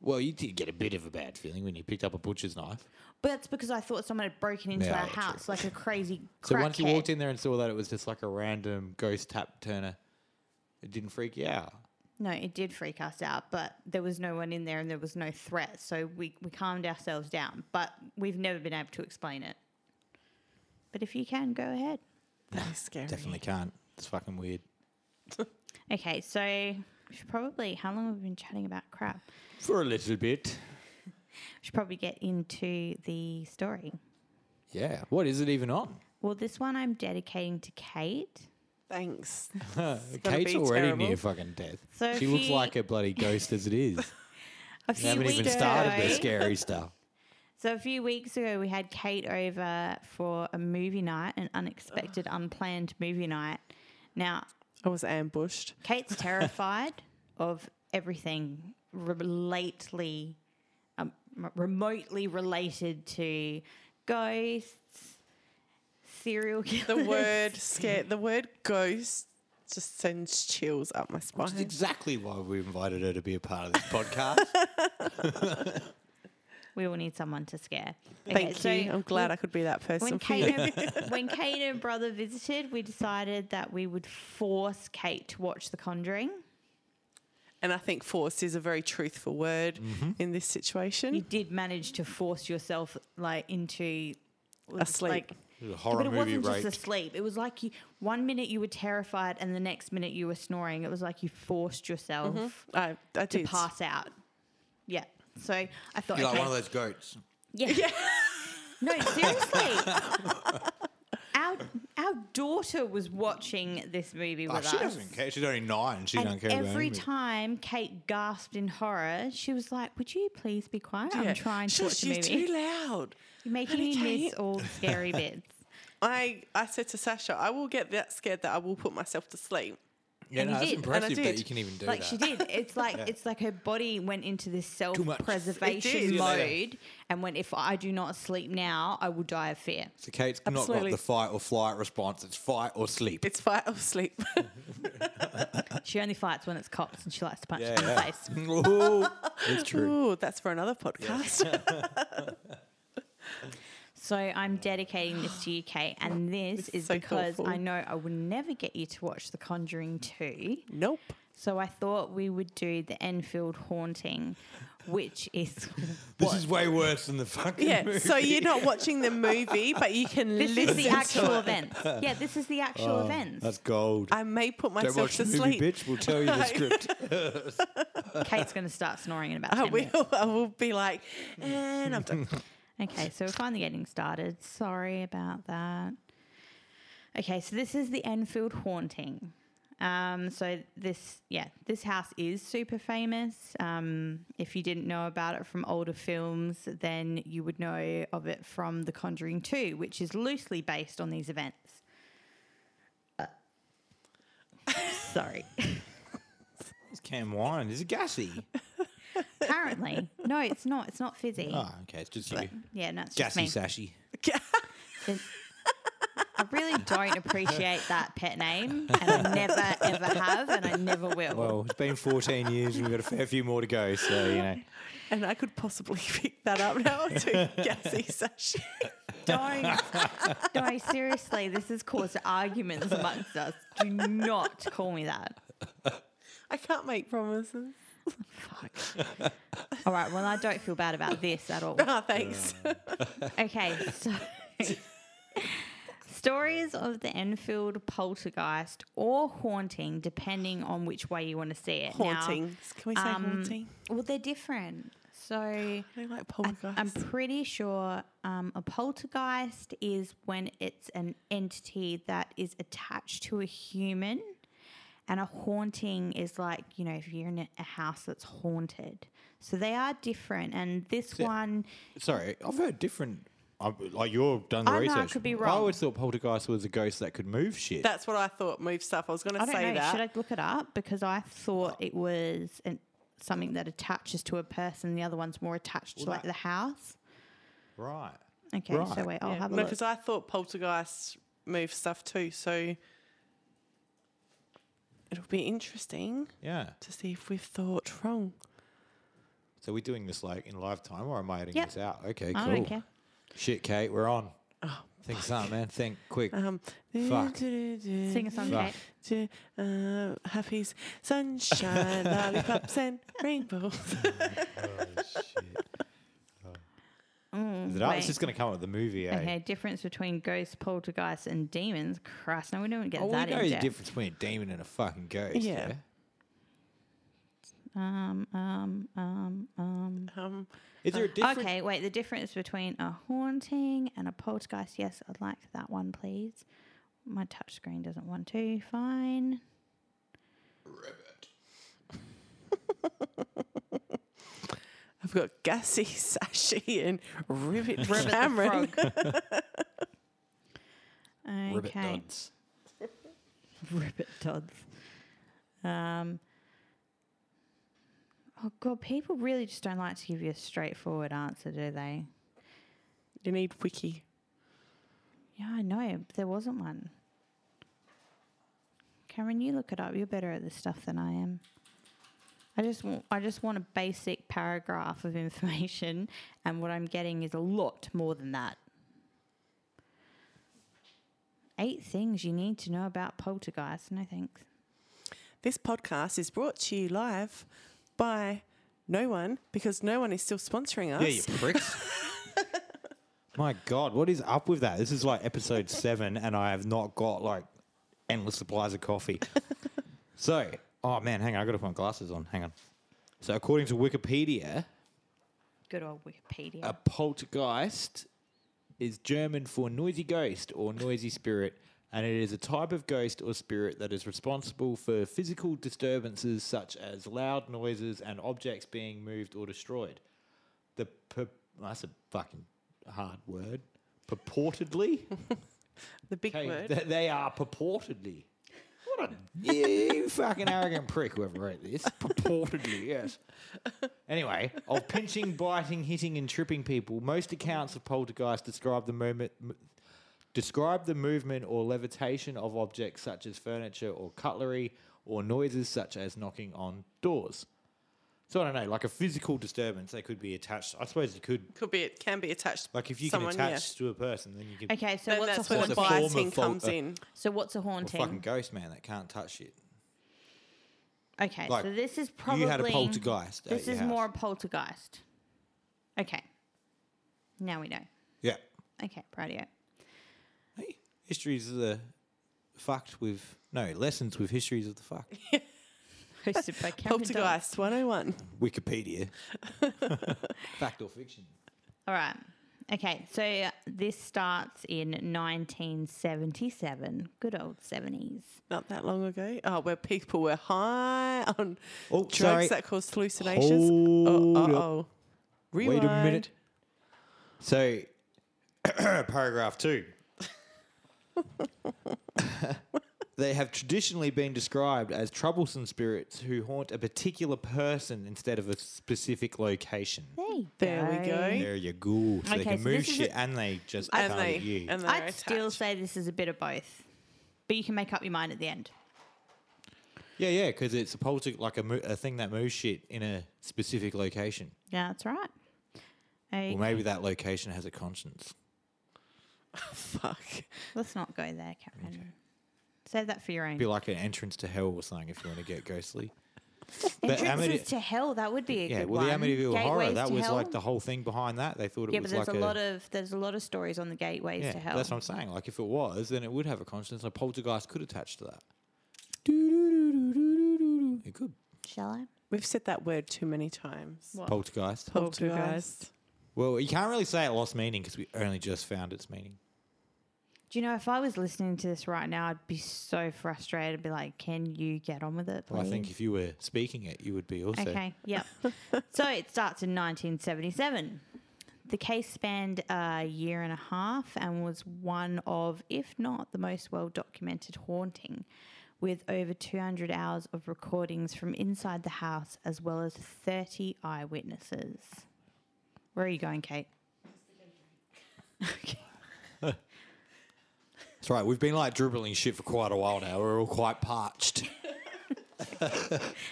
Well, you did get a bit of a bad feeling when you picked up a butcher's knife.
but that's because I thought someone had broken into
Yeah,
our
true.
house like a crazy.
So once you
crackhead.
walked in there and saw that it was just like a random ghost tap turner, it didn't freak you out.
No, it did freak us out, but there was no one in there and there was no threat. So we, we calmed ourselves down, but we've never been able to explain it. But if you can, go ahead.
That is scary.
Definitely can't. It's fucking weird.
Okay, so we should probably, how long have we been chatting about crap?
For a little bit.
We should probably get into the story.
Yeah. What is it even on?
Well, this one I'm dedicating to Kate.
Thanks. gonna
Kate's
be
already near
terrible.
fucking death.
So
she
if
looks
you-
like a bloody ghost as it is.
A
We haven't even started the scary stuff.
So a few weeks ago, we had Kate over for a movie night, an unexpected, unplanned movie night. Now,
I was ambushed.
Kate's terrified of everything relately, um, m- remotely related to ghosts, serial
The
killers.
word scare the word ghost just sends chills up my
That's
spine.
exactly why we invited her to be a part of this podcast.
We all need someone to scare.
Thank
so
you. I'm glad I could be that person
When
for
Kate,
you.
and, when Kate and brother visited, we decided that we would force Kate to watch The Conjuring.
And I think force is a very truthful word
Mm-hmm.
in this
You
situation.
did manage to force yourself like into
Asleep.
Like,
It was a horror
but it
movie
wasn't
rape.
just asleep. It was like you, one minute you were terrified and the next minute you were snoring. It was like you forced yourself
Mm-hmm.
I, I
to
did.
pass out. Yeah. So I thought,
You're
okay,
like one of those goats.
yeah. no, seriously. our our daughter was watching this movie
Oh,
with
she
us.
doesn't care. She's only nine. She
And
don't care about
every
anything.
time Kate gasped in horror, she was like, "Would you please be quiet?
Yeah.
I'm trying to watch
Shush,
a
you're
movie."
too loud.
You're making me
Honey,
miss
Kate.
all the scary bits.
I, I said to Sasha, I will get that scared that I will put myself to sleep.
Yeah,
and
no,
you
that's
did, and I
impressive that
did.
you can even do
like
that.
she did. It's like it's like her body went into this
much.
It did.
self-preservation
See you
later.
mode, and went, "If I do not sleep now, I will die of fear."
So Kate's not got
Absolutely.
the fight or flight response. It's fight or sleep.
It's fight or sleep.
She only fights when it's cops, and she likes to punch
yeah,
them in the
yeah.
face.
Ooh, it's true.
Ooh, that's for another podcast.
So I'm dedicating this to you, Kate, and this,
This is
is
so
because
thoughtful.
I know I will never get you to watch The Conjuring Two.
nope.
So I thought we would do the Enfield Haunting, which is
This is way worse than the fucking
Yeah.
movie.
So you're not watching the movie, but you can
this
listen
is the
to
actual
it.
event. Yeah, this is the actual event.
Oh, That's gold.
I may put
Don't
myself
watch
to
the movie,
sleep.
bitch. We'll tell you the script.
Kate's going to start snoring in about
I
10 minutes.
will. I will be like, and I'm done.
Okay, so we're finally getting started. Sorry about that. Okay, so this is the Enfield Haunting. Um, so this, yeah, this house is super famous. Um, if you didn't know about it from older films, then you would know of it from The Conjuring 2, which is loosely based on these events. Uh, Sorry.
It's canned wine. Is it gassy?
Apparently, no, it's not. It's not
Ah.
fizzy.
Oh, okay. It's just you.
Yeah, no, it's just
Gassy
me.
sashy.
I really don't appreciate that pet name, and I never ever have, and I never will.
Well, it's been 14 years and we've got a fair few more to go, so, you know.
And I could possibly pick that up now to gassy session.
don't, no, seriously, this has caused arguments amongst us. Do not call me that.
I can't make promises.
Fuck. All right, well, I don't feel bad about this at all.
Ah, thanks.
Okay, so stories of the Enfield poltergeist or haunting, depending on which way you want to see it. Now,
haunting. Can we say
um,
haunting?
Well, they're different. So
They like
I- I'm
poltergeist.
pretty sure um, a poltergeist is when it's an entity that is attached to a human, and a haunting is like you know if you're in a- a house that's haunted. So they are different, and this one
Sorry, I've heard different. i like, you've done the
I know, I
research.
could be
I
wrong.
always thought poltergeist was a ghost that could move shit.
That's what I thought. Move stuff. I was going to
I don't
say
know.
that.
Should I look it up because I thought it was an, something that attaches to a person. The other one's more attached to
Well,
like
that-
the house.
right.
Okay, so
Right.
wait, I'll
Yeah,
have a
no,
look.
because I thought poltergeists move stuff too. So it'll be interesting
Yeah.
to see if we've thought wrong.
So we're doing this like in live time, or am I editing
Yep.
this out? Okay, cool.
I don't care.
Shit, Kate, we're on.
Oh,
Think something, man. Think quick.
Um,
Fuck.
Sing a song,
Fuck.
to
Kate.
uh, happy's sunshine, lollipops, and rainbows.
Mm,
Is it up?
wait.
It's just going to come up with the movie, eh?
Okay, difference between ghosts, poltergeists, and demons. Christ, no, we don't get
Oh,
that
we know
in
the
depth.
difference between a demon and a fucking ghost.
Yeah.
Yeah.
Um, um, um, um.
Um,
Is there a difference?
Okay, wait. The difference between a haunting and a poltergeist. Yes, I'd like that one, please. My touch screen doesn't want to. Fine.
I've got Gassy, Sashi, and Rivet,
Ribbit the
Cameron.
frog.
Ribbit
okay.
duds.
Ribbit Dodds. Um, oh, God, people really just don't like to give you a straightforward answer, do they?
You need wiki.
Yeah, I know. There wasn't one. Cameron, you look it up. You're better at this stuff than I am. I just want, I just want a basic paragraph of information, and what I'm getting is a lot more than that. Eight things you need to know about poltergeist. No thanks.
This podcast is brought to you live by no one because no one is still sponsoring us.
Yeah, you pricks. My God, what is up with that? This is like episode seven, and I have not got like endless supplies of coffee. so, oh man, hang on, I got to put my glasses on. Hang on. So, according to Wikipedia,
Good old Wikipedia.
a poltergeist is German for noisy ghost or noisy spirit, and it is a type of ghost or spirit that is responsible for physical disturbances such as loud noises and objects being moved or destroyed. The pur- that's a fucking hard word. Purportedly,
The big
Okay,
word.
th- they are purportedly. What a you fucking arrogant prick whoever wrote this. Purportedly, yes. Anyway, of pinching, biting, hitting, and tripping people, most accounts of poltergeist describe the moment. M- Describe the movement or levitation of objects such as furniture or cutlery, or noises such as knocking on doors. So I don't know, like a physical disturbance, they could be attached. I suppose you could,
Could be it can be attached.
like, if you
someone,
can attach to a person, then you can.
okay, so
Yeah. Then
what's
that's
a
where
when
the
it's
haunting?
a form of
biting
fault-
comes
uh,
in.
So what's a haunting?
fucking ghost man that can't touch shit.
Okay,
Like,
so this is probably
you had a poltergeist. at
This
your
is
house.
more a poltergeist. Okay, now we know.
Yeah.
Okay, radio.
Hey, histories of the fucked with no lessons with histories of the fucked.
Hosted by Cameron Dodd.
Poltergeist 101.
Wikipedia. Fact or fiction?
All right. Okay, so this starts in 1977. Good old 70s.
Not that long ago. Oh, where people were high on
Oh,
drugs
sorry.
that caused hallucinations. oh,
Hold up.
uh-oh.
Wait
Rewind.
a minute. So, paragraph two. they have traditionally been described as troublesome spirits who haunt a particular person instead of a specific location.
There you
There we go.
There you go. So they
Okay,
can
so
move
this is
shit
a-
and they just
And
target
they,
you.
and they're
I'd still
attached.
say this is a bit of both, but you can make up your mind at the end.
yeah, yeah, because it's supposed to like a, mo- a thing that moves shit in a specific location.
Yeah, that's right.
Well,
Okay,
maybe that location has a conscience.
fuck.
let's not go there, Karen. Save that for your own.
Be like an entrance to hell or something if you want to get ghostly. But
Entrances
Amity-
to hell. That would be a
yeah,
good
well, the
one.
Amityville horror
Gateways
that
to
was
hell?
like the whole thing behind that. They thought it
Yeah,
was
but there's
like
a, lot of there's a lot of stories on the gateways
yeah,
to hell.
That's what I'm saying. Like if it was, then it would have a conscience. A poltergeist could attach to that. It could.
Shall I?
We've said that word too many times.
What?
Poltergeist.
Poltergeist.
Well, you can't really say it lost meaning because we only just found its meaning.
Do you know if I was listening to this right now, I'd be so frustrated. I'd be like, "Can you get on with it?" Please?
Well, I think if you were speaking it, you would be also.
Okay, yep. so it starts in 1977. The case spanned a year and a half and was one of, if not the most well documented haunting, with over 200 hours of recordings from inside the house as well as 30 eyewitnesses. Where are you going, Kate? okay.
That's right. We've been like dribbling shit for quite a while now. We're all quite parched.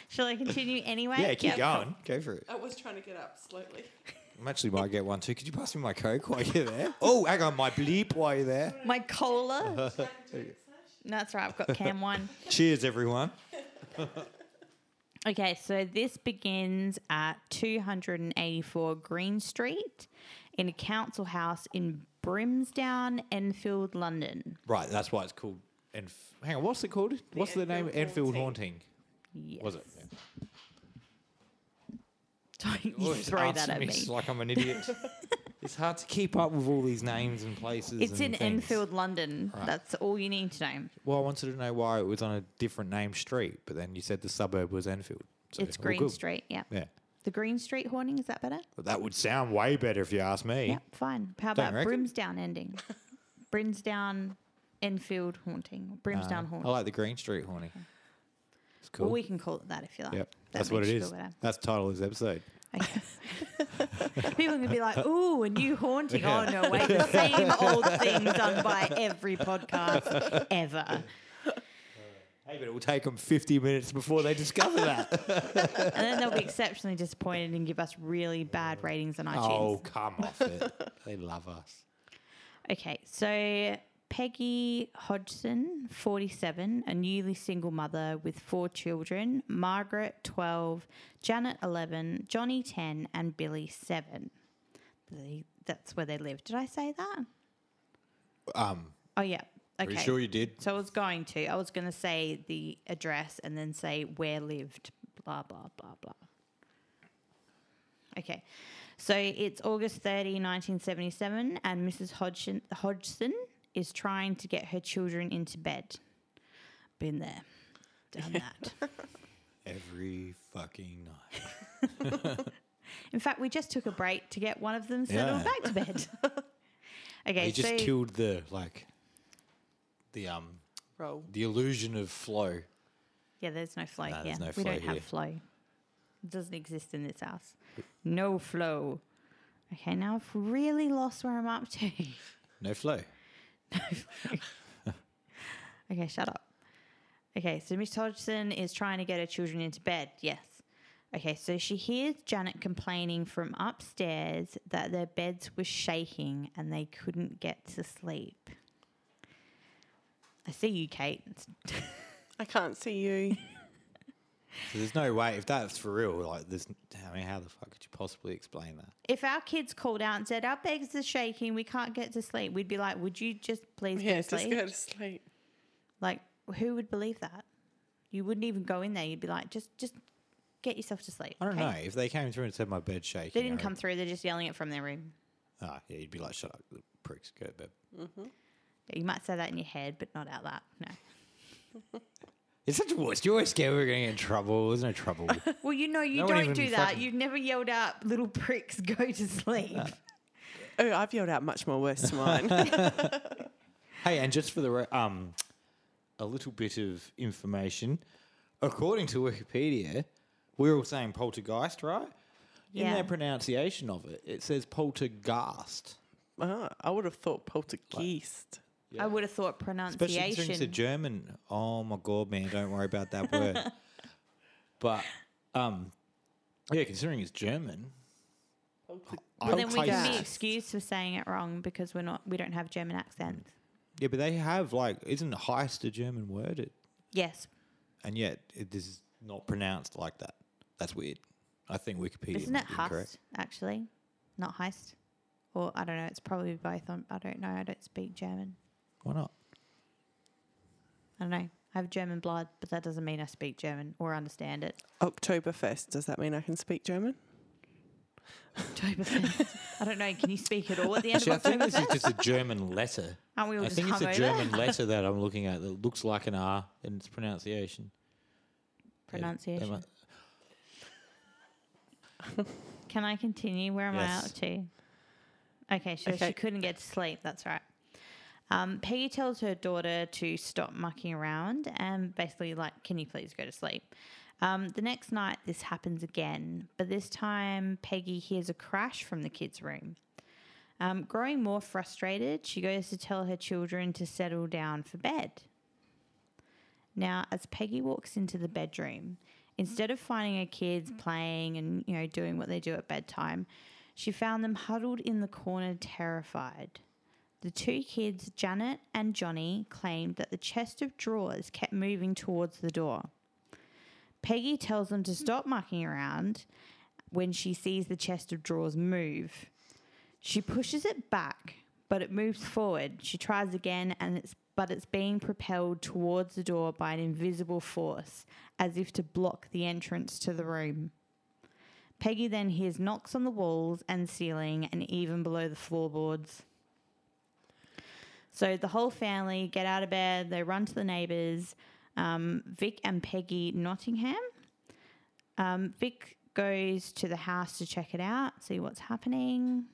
Shall I continue anyway?
yeah, keep
Yep.
going. Go for it.
I was trying to get up slowly.
I actually might get one too. Could you pass me my coke while you're there? Oh, hang on, my bleep while you're there.
My cola. no, that's right. I've got cam one.
Cheers, everyone.
Okay, so this begins at 284 Green Street in a council house in Brimsdown, Enfield, London.
Right, that's why it's called. And hang on, what's it called? what's the name?
Enfield
Enfield
Haunting.
Haunting.
Yes.
Was it? Yeah.
Don't you
Always
throw
asking
that at
me
me.
Like I'm an idiot. it's hard to keep up with all these names and places.
It's in
and things.
Enfield, London.
Right.
That's all you need to know.
Well, I wanted to know why it was on a different name street, but then you said the suburb was Enfield. So
it's
all
Green
good.
Street, yeah.
Yeah.
The Green Street horning, is that better?
Well, that would sound way better if you ask me.
Yep, fine. How
Don't
about
you reckon?
Brimsdown ending? Brimsdown, Enfield haunting. Brimsdown
Uh, I
haunting.
like the Green Street horny. It's cool.
Well, we can call it that if you like.
yep.
That
That's what it
makes you
is.
feel better.
That's the title of this episode.
Okay. People are gonna be like, "Ooh, a new haunting."
Yeah.
Oh no, wait, the same old thing done by every podcast ever.
Hey, but it will take them 50 minutes before they discover that.
And then they'll be exceptionally disappointed and give us really bad ratings on
oh,
iTunes.
come off it. They love us.
Okay, so Peggy Hodgson, 47, a newly single mother with four children: Margaret, 12, Janet, 11, Johnny, 10, and Billy, 7. They- That's where they live. Did I say that?
Um,
Oh yeah. Okay.
Pretty sure you did.
So I was going to. I was going to say the address and then say where lived, blah, blah, blah, blah. Okay. So it's August 30, 1977, and Mrs. Hodgson, Hodgson is trying to get her children into bed. Been there, done that.
Every fucking night.
In fact, we just took a break to get one of them settled
Yeah.
back to bed. okay.
They just
so
killed the, like, the, um,
Roll.
the illusion of flow.
Yeah, there's no flow
Nah,
here.
there's no
we
flow
don't
here.
have flow. It doesn't exist in this house. No flow. Okay, now I've really lost where I'm up to.
No flow.
okay, shut up. Okay, so Miss Hodgson is trying to get her children into bed. Yes. Okay, so she hears Janet complaining from upstairs that their beds were shaking and they couldn't get to sleep. I see you, Kate.
I can't see you.
So there's no way if that's for real. Like, there's. I mean, how the fuck could you possibly explain that?
if our kids called out and said our beds are shaking, we can't get to sleep, we'd be like, "Would you just please
yeah,
go to
just
sleep?"
go to sleep.
Like, who would believe that? You wouldn't even go in there. You'd be like, "Just, just get yourself to sleep."
I don't
okay?
know. If they came through and said my bed shaking,
They
I
didn't
reckon-
come through. They're just yelling it from their room.
Ah, yeah, you'd be like, shut up, the pricks, go to bed.
You might say that in your head, but not out loud. No.
It's such a wuss. You're always scared we we're going to get in trouble. There's no trouble.
Well, you know, you
No one
don't
even
do that.
fucking-
You've never yelled out, "Little pricks, go to sleep."
Oh, I've yelled out much more worse to mine.
hey, and just for the re- um, a little bit of information, according to Wikipedia, we're all saying poltergeist, right? In
Yeah.
their pronunciation of it, it says poltergeist.
Ah, I would have thought poltergeist.
I would have thought
Especially since it's a
pronunciation.
German. Oh my god, man! Don't worry about that word. but um, yeah, considering it's German,
Well, then we can be
Poltergeist.
excused for saying it wrong because we're not. We don't have German
Mm.
accents.
yeah, but they have like isn't heist a German word? It,
Yes,
and yet it is not pronounced like that. That's weird. I think Wikipedia
isn't
might
it
be
heist
incorrect.
actually? Not heist, or I don't know. It's probably both. On, I don't know. I don't speak German.
Why not?
I don't know. I have German blood, but that doesn't mean I speak German or understand it.
Oktoberfest. Does that mean I can speak German?
Oktoberfest. I don't know. Can you speak at all at the end
Actually, I
of
think this
October?
is just a German letter.
Aren't we all
I
just
think it's a
hungover?
German letter that I'm looking at that looks like an R in its pronunciation. Yeah, they
Pronunciation.
might-
Can I continue? Where am
Yes.
I up to? Okay, so
Okay.
she couldn't get to sleep. That's right. Um, Peggy tells her daughter to stop mucking around and basically, like, can you please go to sleep? Um, the next night, this happens again, but this time, Peggy hears a crash from the kids' room. Um, growing more frustrated, she goes to tell her children to settle down for bed. Now, as Peggy walks into the bedroom, instead of finding her kids playing and you know doing what they do at bedtime, she found them huddled in the corner, terrified. The two kids, Janet and Johnny, claimed that the chest of drawers kept moving towards the door. Peggy tells them to stop mucking around when she sees the chest of drawers move. She pushes it back, but it moves forward. She tries again and it's but it's being propelled towards the door by an invisible force, as if to block the entrance to the room. Peggy then hears knocks on the walls and ceiling and even below the floorboards. So the whole family get out of bed, they run to the neighbours, um, Vic and Peggy Nottingham. Um, Vic goes to the house to check it out, see what's happening.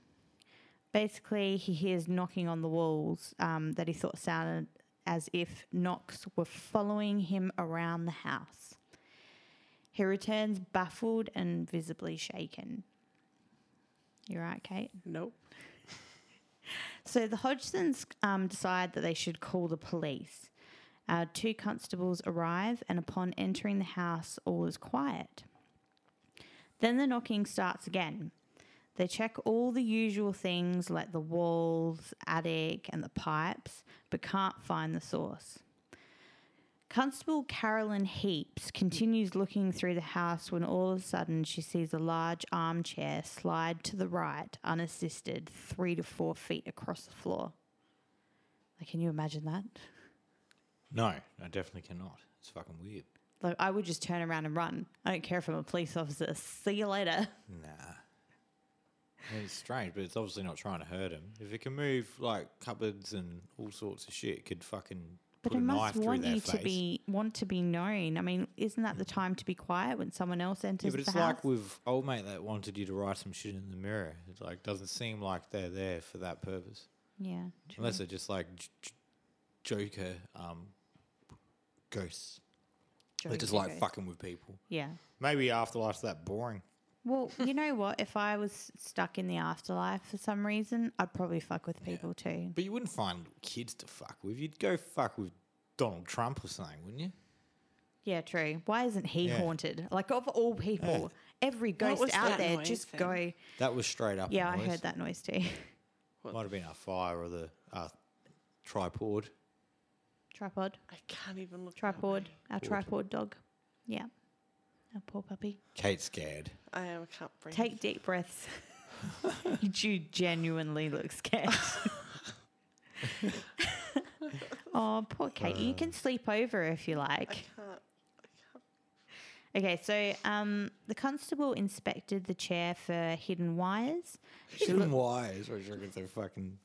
Basically, he hears knocking on the walls um, that he thought sounded as if knocks were following him around the house. He returns baffled and visibly shaken. You're right, Kate.
Nope.
So the Hodgsons um, decide that they should call the police. Uh, two constables arrive, and upon entering the house, all is quiet. Then the knocking starts again. They check all the usual things like the walls, attic, and the pipes, but can't find the source. Constable Carolyn Heaps continues looking through the house when all of a sudden she sees a large armchair slide to the right, unassisted, three to four feet across the floor. Like, can you imagine that?
No, I definitely cannot. It's fucking weird.
Like, I would just turn around and run. I don't care if I'm a police officer. See you later.
Nah. I mean, It's strange, but it's obviously not trying to hurt him. If it can move like cupboards and all sorts of shit, it could fucking
But
put
I
a
must
knife through
want
their
you
face.
to be want to be known. I mean, isn't that the time to be quiet when someone else
yeah,
enters
but
the
it's
house?
like with old mate that wanted you to write some shit in the mirror. It like doesn't seem like they're there for that purpose,
yeah, true.
unless they're just like j- j- Joker um, ghosts. They're just
Joker
like
goes.
fucking with people.
Yeah.
Maybe afterlife's that boring.
Well, you know what? If I was stuck in the afterlife for some reason, I'd probably fuck with people too.
But you wouldn't find little kids to fuck with. You'd go fuck with Donald Trump or something, wouldn't you?
Yeah, true. Why isn't he
Yeah.
haunted? Like of all people, every ghost
was
out
that
there,
noise
just
then?
go.
That was straight up.
Yeah,
noise.
I heard that noise too.
Might have been our fire or the uh, tripod.
tripod,
I can't even look. that
tripod,
way.
our tripod dog. Yeah, our poor puppy.
Kate's scared.
I am. I can't breathe.
Take deep breaths. you do genuinely look scared. oh, poor Kate. you can sleep over if you like. Okay, so um, the constable inspected the chair for hidden wires. She
Even wires, I reckon they're fucking.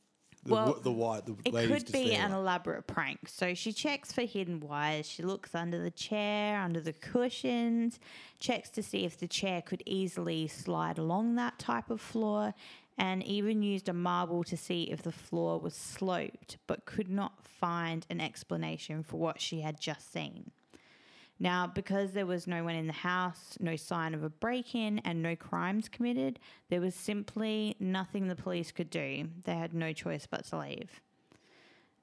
The,
Well,
well, the white, the
It
ladies
could
to
be
stare
an
at.
elaborate prank. So she checks for hidden wires. She looks under the chair, under the cushions, checks to see if the chair could easily slide along that type of floor, and even used a marble to see if the floor was sloped, but could not find an explanation for what she had just seen. Now, because there was no one in the house, no sign of a break in, and no crimes committed, there was simply nothing the police could do. They had no choice but to leave.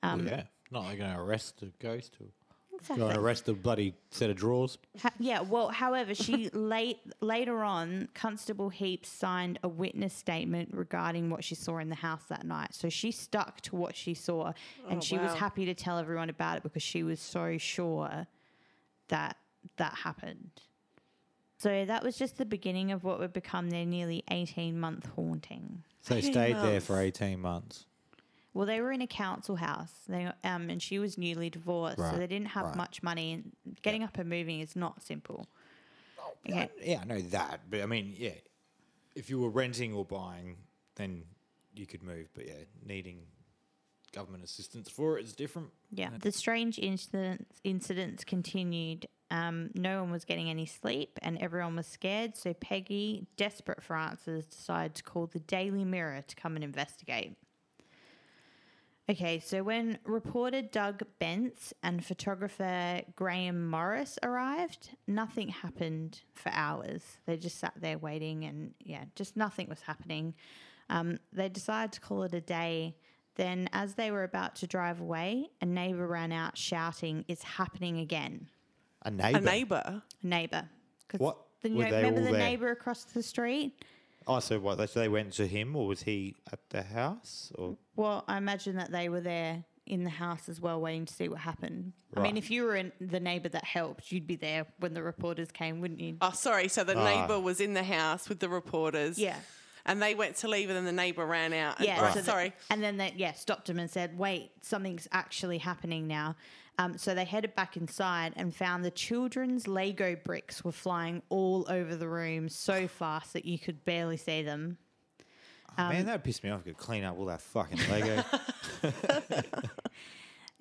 Well, yeah. Not like going to arrest the ghost or
Um, Exactly.
going to arrest the bloody set of drawers.
Ha- yeah, well, however, she late later on, Constable Heaps signed a witness statement regarding what she saw in the house that night. So she stuck to what she saw and
Oh,
she was
wow.
happy to tell everyone about it because she was so sure that that happened. So that was just the beginning of what would become their nearly 18 month haunting.
So they
18
stayed there for
months.
18 months.
Well, they were in a council house, they, um, and she was newly divorced, so
Right,
they didn't have
right.
much money. And getting up and moving is not simple.
Oh,
Okay.
Uh, Yeah, I know that. But I mean, yeah, if you were renting or buying, then you could move. But yeah, needing government assistance for it is different.
Yeah. The strange incidents, incidents continued. Um, no one was getting any sleep and everyone was scared. So Peggy, desperate for answers, decided to call the Daily Mirror to come and investigate. Okay, so when reporter Doug Bentz and photographer Graham Morris arrived, nothing happened for hours. They just sat there waiting and, yeah, just nothing was happening. Um, they decided to call it a day. Then, as they were about to drive away, a neighbour ran out shouting, It's happening again.
A neighbor.
A neighbor.
A neighbour. 'Cause
What?
The,
Were they
remember
all
the
there?
neighbour across the street?
Oh, so what? They, so they went to him, or was he at the house? Or
Well, I imagine that they were there in the house as well, waiting to see what happened. I mean,
Right.
if you were in the neighbour that helped, you'd be there when the reporters came, wouldn't you?
Oh, sorry. So the
Ah.
neighbor was in the house with the reporters.
Yeah.
And they went to leave, and then the neighbor ran out. and-
Yeah.
Oh,
so that-
sorry.
and then they, yeah, stopped him and said, wait, something's actually happening now. Um, so they headed back inside and found the children's Lego bricks were flying all over the room so fast that you could barely see them. Um,
oh, man, that pissed me off. I could clean up all that fucking Lego.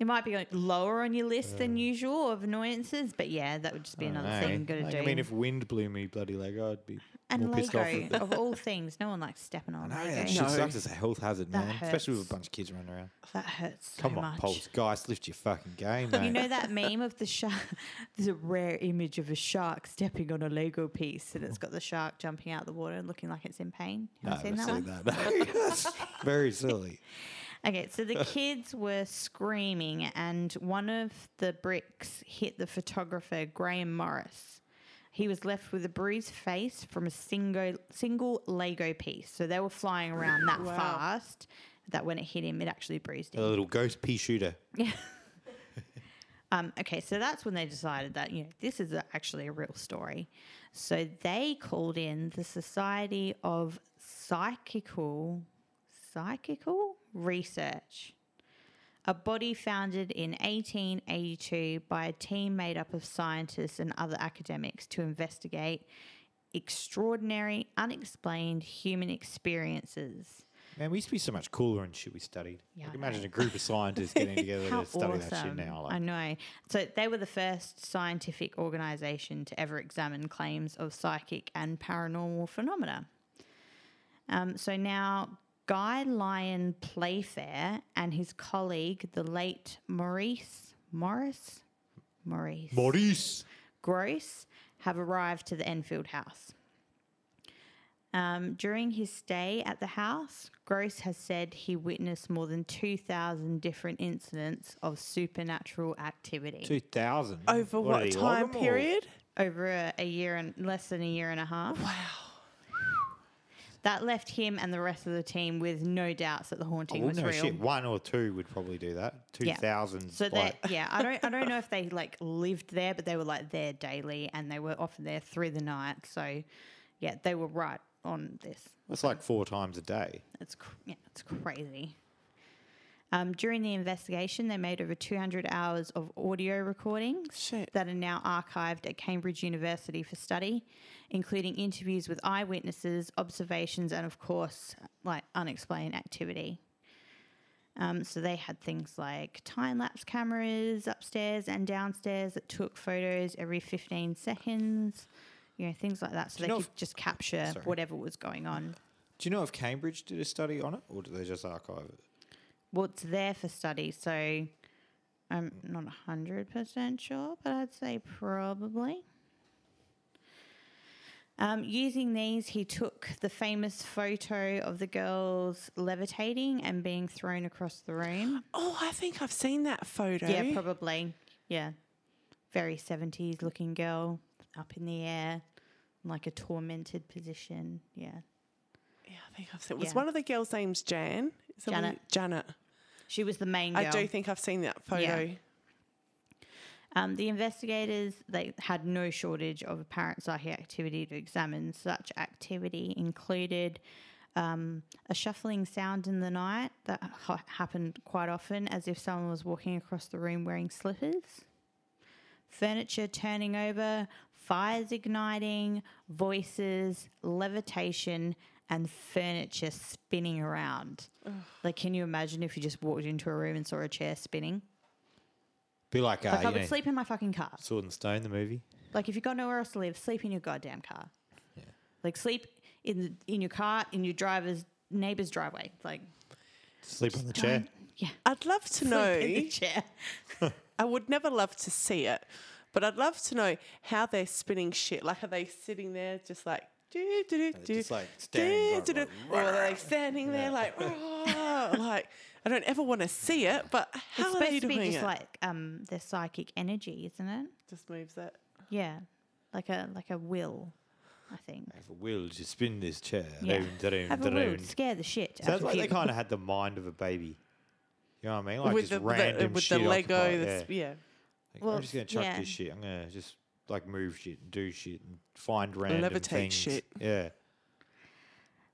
It might be like lower on your list than usual of annoyances, but yeah, that would just be another thing you got to
Oh, Like,
do.
I mean, if wind blew me bloody Lego, I'd be
And
more pissed off.
Lego,
With
of all things, no one likes stepping on
No,
Lego.
that shit
No.
sucks. It's a health hazard,
That
man. Especially with a bunch of kids running around.
That hurts so
Come on,
much.
Pulse. Guys, lift your fucking game, mate.
You know that meme of the shark? There's a rare image of a shark stepping on a Lego piece, and it's got the shark jumping out of the water and looking like it's in pain.
no,
Have you seen that one?
I've seen that. That's very silly.
Okay, so the kids were screaming, and one of the bricks hit the photographer, Graham Morris. He was left with a bruised face from a single, single Lego piece. So they were flying around that
Wow.
fast that when it hit him, it actually bruised
A
him.
little ghost pea shooter.
Um, okay, so that's when they decided that you know this is a, actually a real story. So they called in the Society of Psychical Psychical Research, a body founded in 1882 by a team made up of scientists and other academics to investigate extraordinary, unexplained human experiences.
Man, we used to be so much cooler and shit we studied.
Yeah,
like,
I
imagine a group of scientists getting together to study that shit now.
I
Like,
know. So they were the first scientific organization to ever examine claims of psychic and paranormal phenomena. Um, so now Guy Lyon Playfair and his colleague, the late Maurice Morris Maurice
Maurice!
Gross have arrived to the Enfield house. Um, during his stay at the house, Gross has said he witnessed more than 2,000 different incidents of supernatural activity
2000.
Over what,
are they, log 'em
time
or-
period?
over a, a year and less than a year and a half. Wow. That left him and the rest of the team with no doubts that the haunting
Oh,
was
no
real.
shit. One or two would probably do that.
Yeah.
2000.
So
like,
that yeah, I don't I don't know if they like lived there, but they were like there daily and they were often there through the night. So yeah, they were right on this.
that's like four times a day.
It's cr- yeah, it's crazy. Um, during the investigation, they made over 200 hours of audio recordings
Shit.
that are now archived at Cambridge University for study, including interviews with eyewitnesses, observations, and of course, like unexplained activity. Um, so they had things like time lapse cameras upstairs and downstairs that took photos every 15 seconds, you know, things like that. So
you
they
know
could just capture
Sorry.
whatever was going on.
Do you know if Cambridge did a study on it, or do they just archive it?
Well, it's there for study, so I I'm not 100% sure, but I'd say probably. Um, using these, he took the famous photo of the girls levitating and being thrown across the room.
Oh, I think I've seen that photo.
Yeah, probably. Yeah. Very 70s looking girl up in the air, like a tormented position. Yeah.
Yeah, I think I've seen. Was
Yeah.
one of the girls' names Jan? Is that one-
Janet.
Janet.
She was the main girl.
I do think I've seen that photo.
Um, the investigators they had no shortage of apparent psychic activity to examine. Such activity included um, a shuffling sound in the night that ha- happened quite often, as if someone was walking across the room wearing slippers. Furniture turning over, fires igniting, voices, levitation, and furniture spinning around. Like, can you imagine if you just walked into a room and saw a chair spinning?
Be like, uh,
Like, I
you
would
know,
sleep in my fucking car.
Sword and Stone, the movie.
Like if you've got nowhere else to live, sleep in your goddamn car. Like sleep in in your car in your driver's neighbor's driveway. Like
Sleep on the chair.
yeah,
I'd love to know.
sleep in the chair.
I would never love to see it, but I'd love to know how they're spinning shit. Like, are they sitting there just like, do, do, do, do,
just, like, staring,
do, do,
like,
do, or are they standing there like, "Rah," like, I don't ever want to see it, but how
It's
are they
supposed to be
doing
just
it?
like um their psychic energy, isn't it?
just moves it.
Yeah, like a like a will, I think.
Have a will to spin this chair.
Yeah,
Doom, doom,
have a will,
doom.
scare the shit. out
Sounds
of
like they
you.
kind of had the mind of a baby. You know what I mean? Like
with
just
the, the,
random
with the
shit
Lego,
occupied,
the sp-
yeah.
yeah.
Like,
Well,
I'm just gonna chuck
yeah.
this shit. I'm gonna just like move shit, and do shit, and find random
Levitate
things.
shit.
Yeah.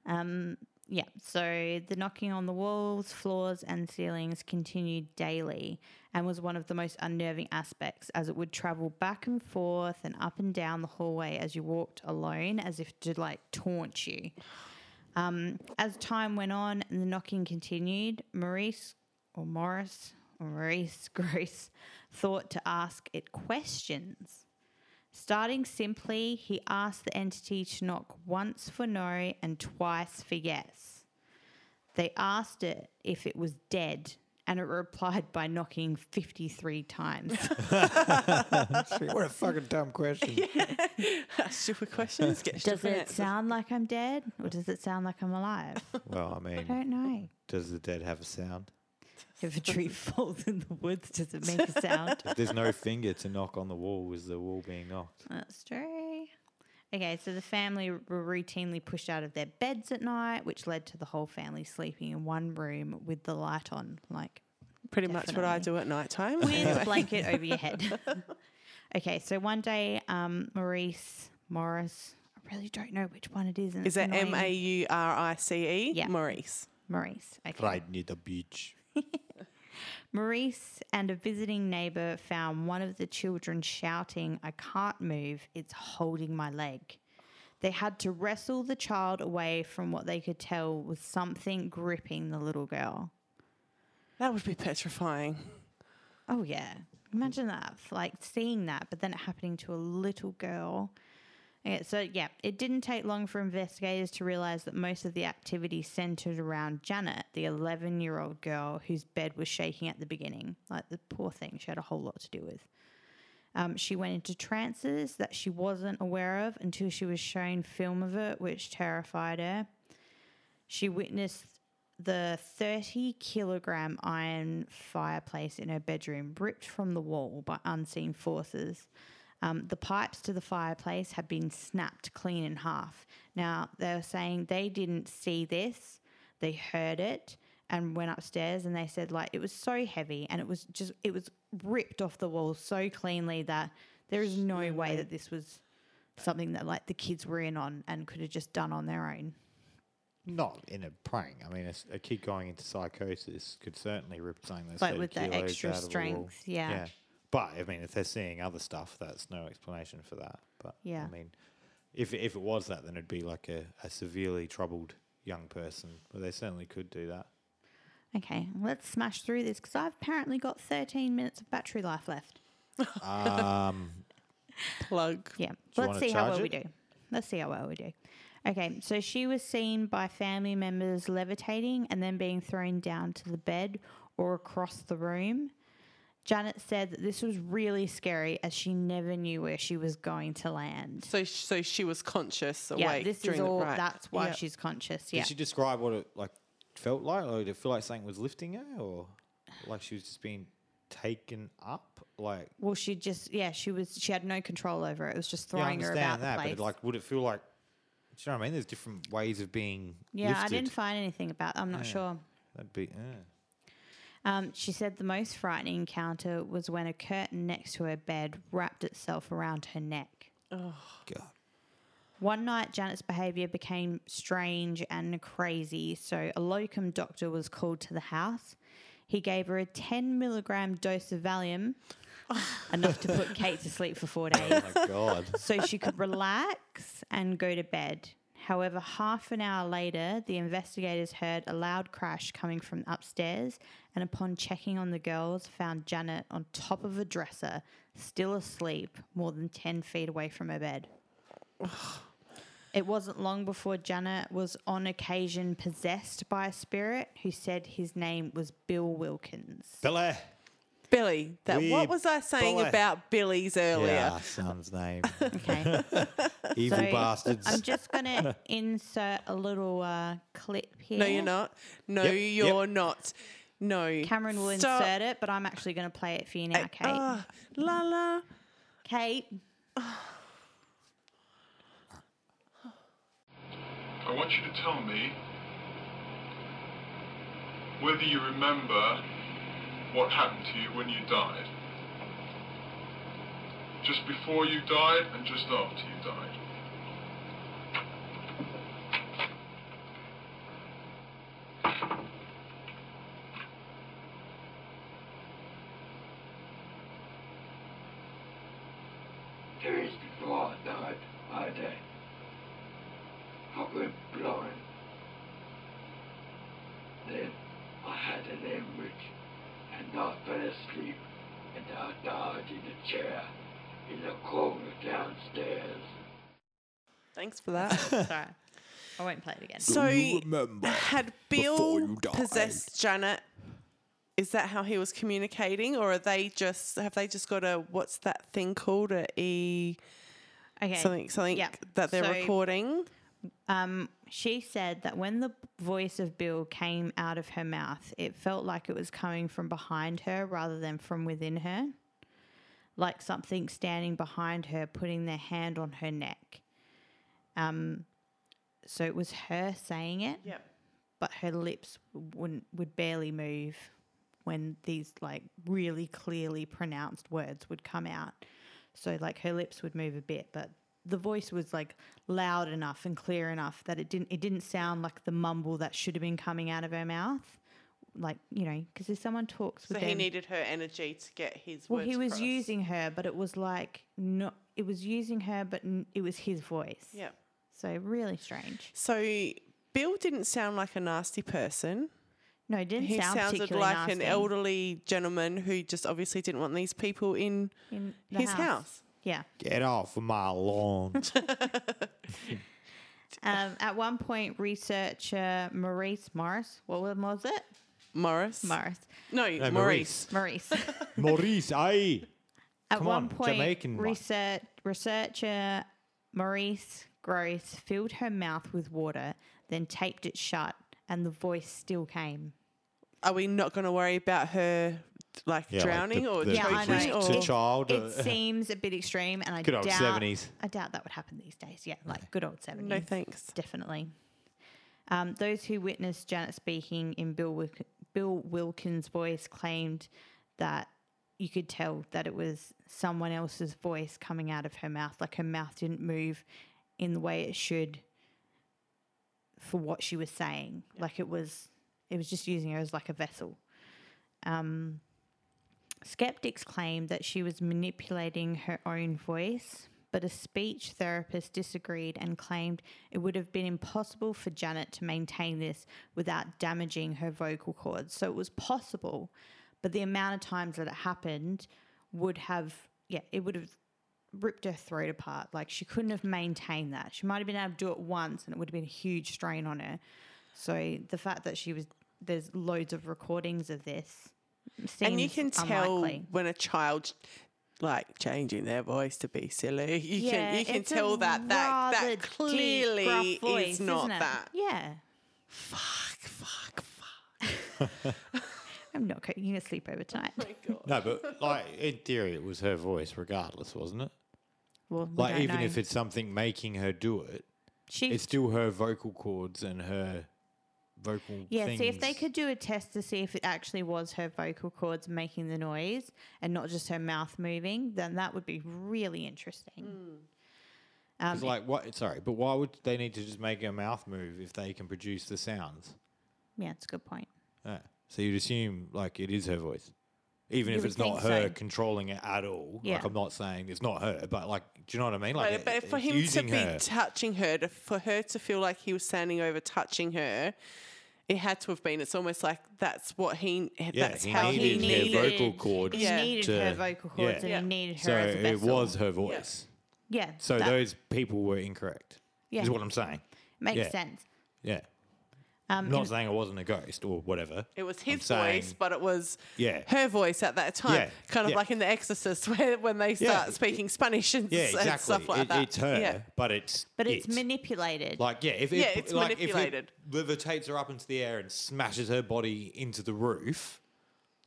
Um, yeah, so the knocking on the walls, floors, and ceilings continued daily and was one of the most unnerving aspects as it would travel back and forth and up and down the hallway as you walked alone, as if to like taunt you. Um, as time went on and the knocking continued, Maurice or Morris or Maurice Gross thought to ask it questions. Starting simply, he asked the entity to knock once for no and twice for yes. They asked it if it was dead, and it replied by knocking 53 times.
what a fucking dumb question.
Stupid questions get
does
stupid
it
answers.
sound like I'm dead, or does it sound like I'm alive?
Well, I
I
mean,
don't know.
does the dead have a sound?
If a tree falls in the woods, does it make a sound?
If there's no finger to knock on the wall, is the wall being knocked?
That's true. Okay, so the family were routinely pushed out of their beds at night, which led to the whole family sleeping in one room with the light on, like
Pretty much what I
Definitely.
do at night time.
with a blanket over your head. okay, so one day, um, Maurice Morris, I really don't know which one it is. And
Is
it's
that M A
annoying.
U R I C E?
Yeah.
Maurice.
Maurice? Okay.
Right near the beach.
Maurice and a visiting neighbor found one of the children shouting, I can't move, it's holding my leg. They had to wrestle the child away from what they could tell was something gripping the little girl.
That would be petrifying.
Oh, yeah. Imagine that, f- like seeing that, but then it happening to a little girl. Okay, so, yeah, it didn't take long for investigators to realize that most of the activity centered around Janet, the 11 year old girl whose bed was shaking at the beginning. Like the poor thing, she had a whole lot to do with. Um, she went into trances that she wasn't aware of until she was shown film of it, which terrified her. She witnessed the 30 kilogram iron fireplace in her bedroom ripped from the wall by unseen forces. Um, the pipes to the fireplace had been snapped clean in half. Now, they were saying they didn't see this, they heard it and went upstairs and they said like it was so heavy and it was just it was ripped off the wall so cleanly that there is no way that this was something that like the kids were in on and could have just done on their own
Not in a prank. I mean, a, s- a kid going into psychosis could certainly rip something that's
Like
30
with the
kilos
extra
out of a wall.
strength, yeah.
But I mean, if they're seeing other stuff, that's no explanation for that. But
Yeah.
I mean, if if it was that, then it'd be like a, a severely troubled young person. But they certainly could do that.
Okay, let's smash through this because I've apparently got 13 minutes of battery life left.
Um,
Plug.
Yeah,
you
let's
wanna
see how
charge
well we do.
it?
Let's see how well we do. Okay, so she was seen by family members levitating and then being thrown down to the bed or across the room. Janet said that this was really scary as she never knew where she was going to land.
So, sh- so she was conscious, awake
yeah, this is
during
all.
the right.
That's why
Yep.
she's conscious.
Did
Yeah,
she describe what it like felt like? Or did it feel like something was lifting her, or like she was just being taken up? Like
Well, she just yeah, she was she had no control over it. It was just
yeah, I
throwing her
understand
about
that,
the place.
but like, would it feel like? Do you know what I mean? There's different ways of being.
yeah, I
lifted.
didn't find anything about. I'm not
Yeah.
sure.
That'd be. Yeah.
Um, she said the most frightening encounter was when a curtain next to her bed wrapped itself around her neck.
God.
One night, Janet's behaviour became strange and crazy, so a locum doctor was called to the house. He gave her a 10 milligram dose of Valium, enough to put Kate to sleep for four days.
Oh my god.
so she could relax and go to bed. However, half an hour later, the investigators heard a loud crash coming from upstairs, and upon checking on the girls, found Janet on top of a dresser, still asleep, more than 10 feet away from her bed. It wasn't long before Janet was on occasion possessed by a spirit who said his name was Bill Wilkins.
Billy.
Billy. That
Wee
what was I saying
boy.
about Billy's earlier?
Yeah, son's name.
Okay.
Evil
So,
bastards.
I'm just going to insert a little uh, clip here.
No, you're not. No,
Yep, yep.
you're not. No.
Cameron will
Stop.
insert it, but I'm actually going to play it for you now, Kate.
Ah, la la.
Kate,
I want you to tell me whether you remember what happened to you when you died. Just before you died and just after you died.
days before I died, I died. I went blind. Then I had an hemorrhage and I fell asleep and I died in a chair in a corner downstairs.
Thanks for that.
sorry, I won't play it again.
so
remember
had
before
Bill
you died?
possessed Janet? Is that how he was communicating, or are they just have they just got a what's that thing called a e
Okay,
something something
yeah.
that they're
So,
recording?
Um, she said that when the voice of Bill came out of her mouth, it felt like it was coming from behind her rather than from within her, like something standing behind her, putting their hand on her neck. Um, so it was her saying it.
Yep.
but her lips wouldn't would barely move when these like really clearly pronounced words would come out. So like her lips would move a bit, but the voice was like loud enough and clear enough that it didn't it didn't sound like the mumble that should have been coming out of her mouth. Like you know, because if someone talks,
So
with
he
them-
needed her energy to get his.
Well,
words
he was
across.
using her, but it was like not. It was using her, but n- it was his voice.
Yep.
So really strange.
So Bill didn't sound like a nasty person.
No, it didn't
He
sound
sounded
particularly
like an
nasty
elderly gentleman who just obviously didn't want these people in
in the
his house.
Yeah.
Get off of my lawn.
Um, at one point, researcher Maurice Morris, what was- was it?
Morris.
Morris.
no,
No,
Maurice.
Maurice. at
Maurice, aye. Come
one
on,
point,
Jamaican one.
research, researcher Maurice Gross filled her mouth with water, then taped it shut, and the voice still came.
Are we not going to worry about her like
Yeah, like the-
drowning or
the- Yeah, I
choking
know.
or
To child,
It
uh,
seems a bit extreme, and I
Good old
doubt,
70s.
I doubt that would happen these days. Yeah, like good old seventies.
no thanks?
Definitely. Um, those who witnessed Janet speaking in Bill, Wilk- Bill Wilkins' voice claimed that you could tell that it was someone else's voice coming out of her mouth. Like her mouth didn't move in the way it should for what she was saying. Like it was, it was just using her as like a vessel. Um, skeptics claimed that she was manipulating her own voice, but a speech therapist disagreed and claimed it would have been impossible for Janet to maintain this without damaging her vocal cords. So it was possible, but the amount of times that it happened would have, yeah, it would have ripped her throat apart. Like she couldn't have maintained that. She might have been able to do it once and it would have been a huge strain on her. So the fact that she was there's loads of recordings of this Seems
and you can tell
unlikely.
when a child's like changing their voice to be silly. You
Yeah,
can you can
it's a
tell that that
rather
that
deep, gruff
clearly
voice,
is
isn't
not
it?
that.
Yeah,
Fuck, fuck, fuck.
I'm not going to sleep over tonight.
No, but like in theory, it was her voice, regardless, wasn't it?
Well, we
Like
don't
even
know.
if it's something making her do it,
she,
it's still her vocal cords and her vocal.
yeah. See if they
things.
could do a test to see if it actually was her vocal cords making the noise and not just her mouth moving, then that would be really interesting.
Mm.
Um,
It's like what? Sorry, but why would they need to just make her mouth move if they can produce the sounds?
yeah, it's a good point.
Uh, so you'd assume like it is her voice, even
You
if
would
it's not
think so.
her controlling it at all.
Yeah.
Like I'm not saying it's not her, but like, do you know what I mean? Like,
But, but
it-
for
it's
him to
using
be
her.
touching her, to, for her to feel like he was standing over touching her, it had to have been. It's almost like that's what he.
Yeah,
that's
he
how
needed
he
her
needed.
vocal cords
He
Yeah.
needed
to-
her vocal cords, and
Yeah.
he needed her
so
as a
it
vessel.
was her voice.
Yeah.
So
that
those people were incorrect.
Yeah.
Is what I'm saying.
makes
yeah.
sense.
Yeah.
Um,
I'm not saying it wasn't a ghost or whatever.
Mm-hmm. It was
I'm
his
saying-
voice, but it was
Yeah.
her voice at that time.
Yeah,
Kind of
yeah.
like in The Exorcist, where when they start
it-
speaking Spanish and,
Yeah,
s-
exactly.
and stuff like
it,
that.
It's her,
Yeah.
but it's
But it's
it.
manipulated.
Like yeah, if it,
Yeah, it's
like,
manipulated.
If it levitates her up into the air and smashes her body into the roof,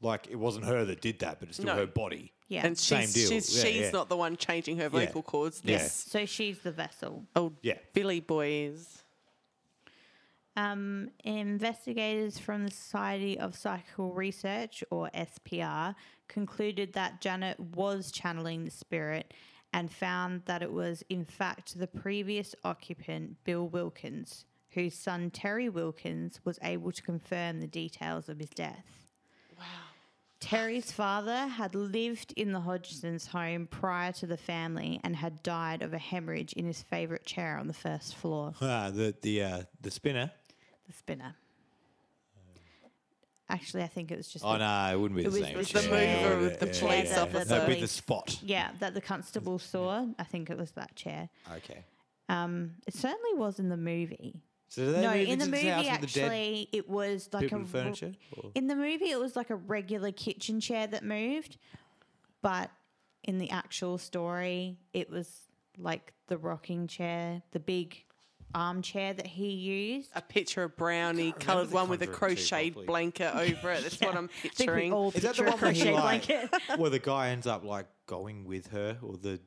like it wasn't her that did that, but it's still
No.
her body.
yeah.
And she's
Same deal.
she's,
Yeah,
she's
yeah.
not the one changing her
Yeah.
vocal cords.
Yeah.
This
so she's the vessel.
old
Yeah.
Billy boy is.
Um, investigators from the Society of Psychical Research, or SPR, concluded that Janet was channeling the spirit and found that it was, in fact, the previous occupant, Bill Wilkins, whose son, Terry Wilkins, was able to confirm the details of his death. Terry's father had lived in the Hodgson's home prior to the family and had died of a hemorrhage in his favourite chair on the first floor,
Ah, the the uh, the spinner.
the spinner. Actually, I think it was just.
Oh
the-
no, it wouldn't be the
was-
same.
it was
the mover
yeah,
with the
yeah,
police
yeah.
officer.
That'd be the
Police.
spot.
Yeah, that the constable saw. I think it was that chair.
Okay.
Um, it certainly was in the movie.
So do they
no,
move
in the
into this
movie,
house with the dead
actually, it was like
people
a
and
ro-
furniture. Or-
In the movie, it was like a regular kitchen chair that moved, but in the actual story, it was like the rocking chair, the big armchair that he used.
A picture of brownie,
remember
coloured
The
one with a
Conjuring two
crocheted
properly.
blanket over it. That's what I'm
I think we
picturing.
all
Is that the
picture a
one where he
crochet
like,
blanket.
where the guy ends up like going with her or the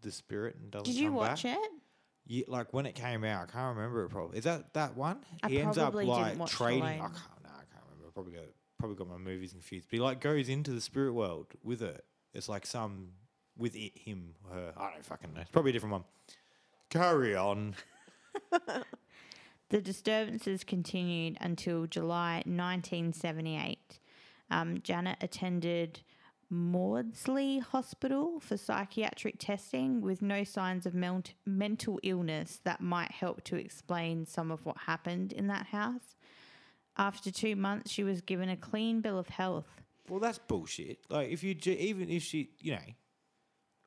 the spirit and doesn't
Did you
come
watch
back?
it?
Yeah, like when it came out, I can't remember it. Probably is that that one?
I
he ends up
probably didn't
like
watch the
trading. I
one.
can't. No, I can't remember. I probably got probably got my movies confused. But he like goes into the spirit world with her. It's like some with it, him, her. I don't fucking know. It's probably a different one. Carry on.
The disturbances continued until July 1978. Um, Janet attended Maudsley Hospital for psychiatric testing with no signs of mel- mental illness that might help to explain some of what happened in that house. After two months, she was given a clean bill of health.
Well, that's bullshit. Like if you ju- even if she, you know,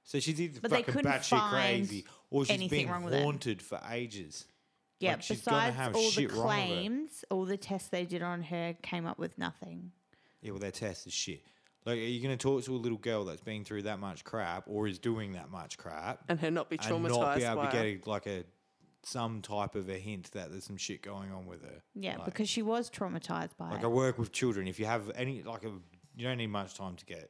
so she's either
But they
fucking
couldn't
batshit
find
crazy or she's
anything
been
wrong with it.
haunted for ages.
Yeah,
Like, she's gonna
besides
have
all the
shit wrong with her.
claims, all the tests they did on her came up with nothing.
Yeah, well, their test is shit. Like, are you going to talk to a little girl that's been through that much crap or is doing that much crap
and her not be
and
traumatized
not be able
by
to
it?
get a, like a some type of a hint that there's some shit going on with her?
Yeah,
Like-
because she was traumatized by
Like,
it.
I work with children. If you have any, like, a, you don't need much time to get.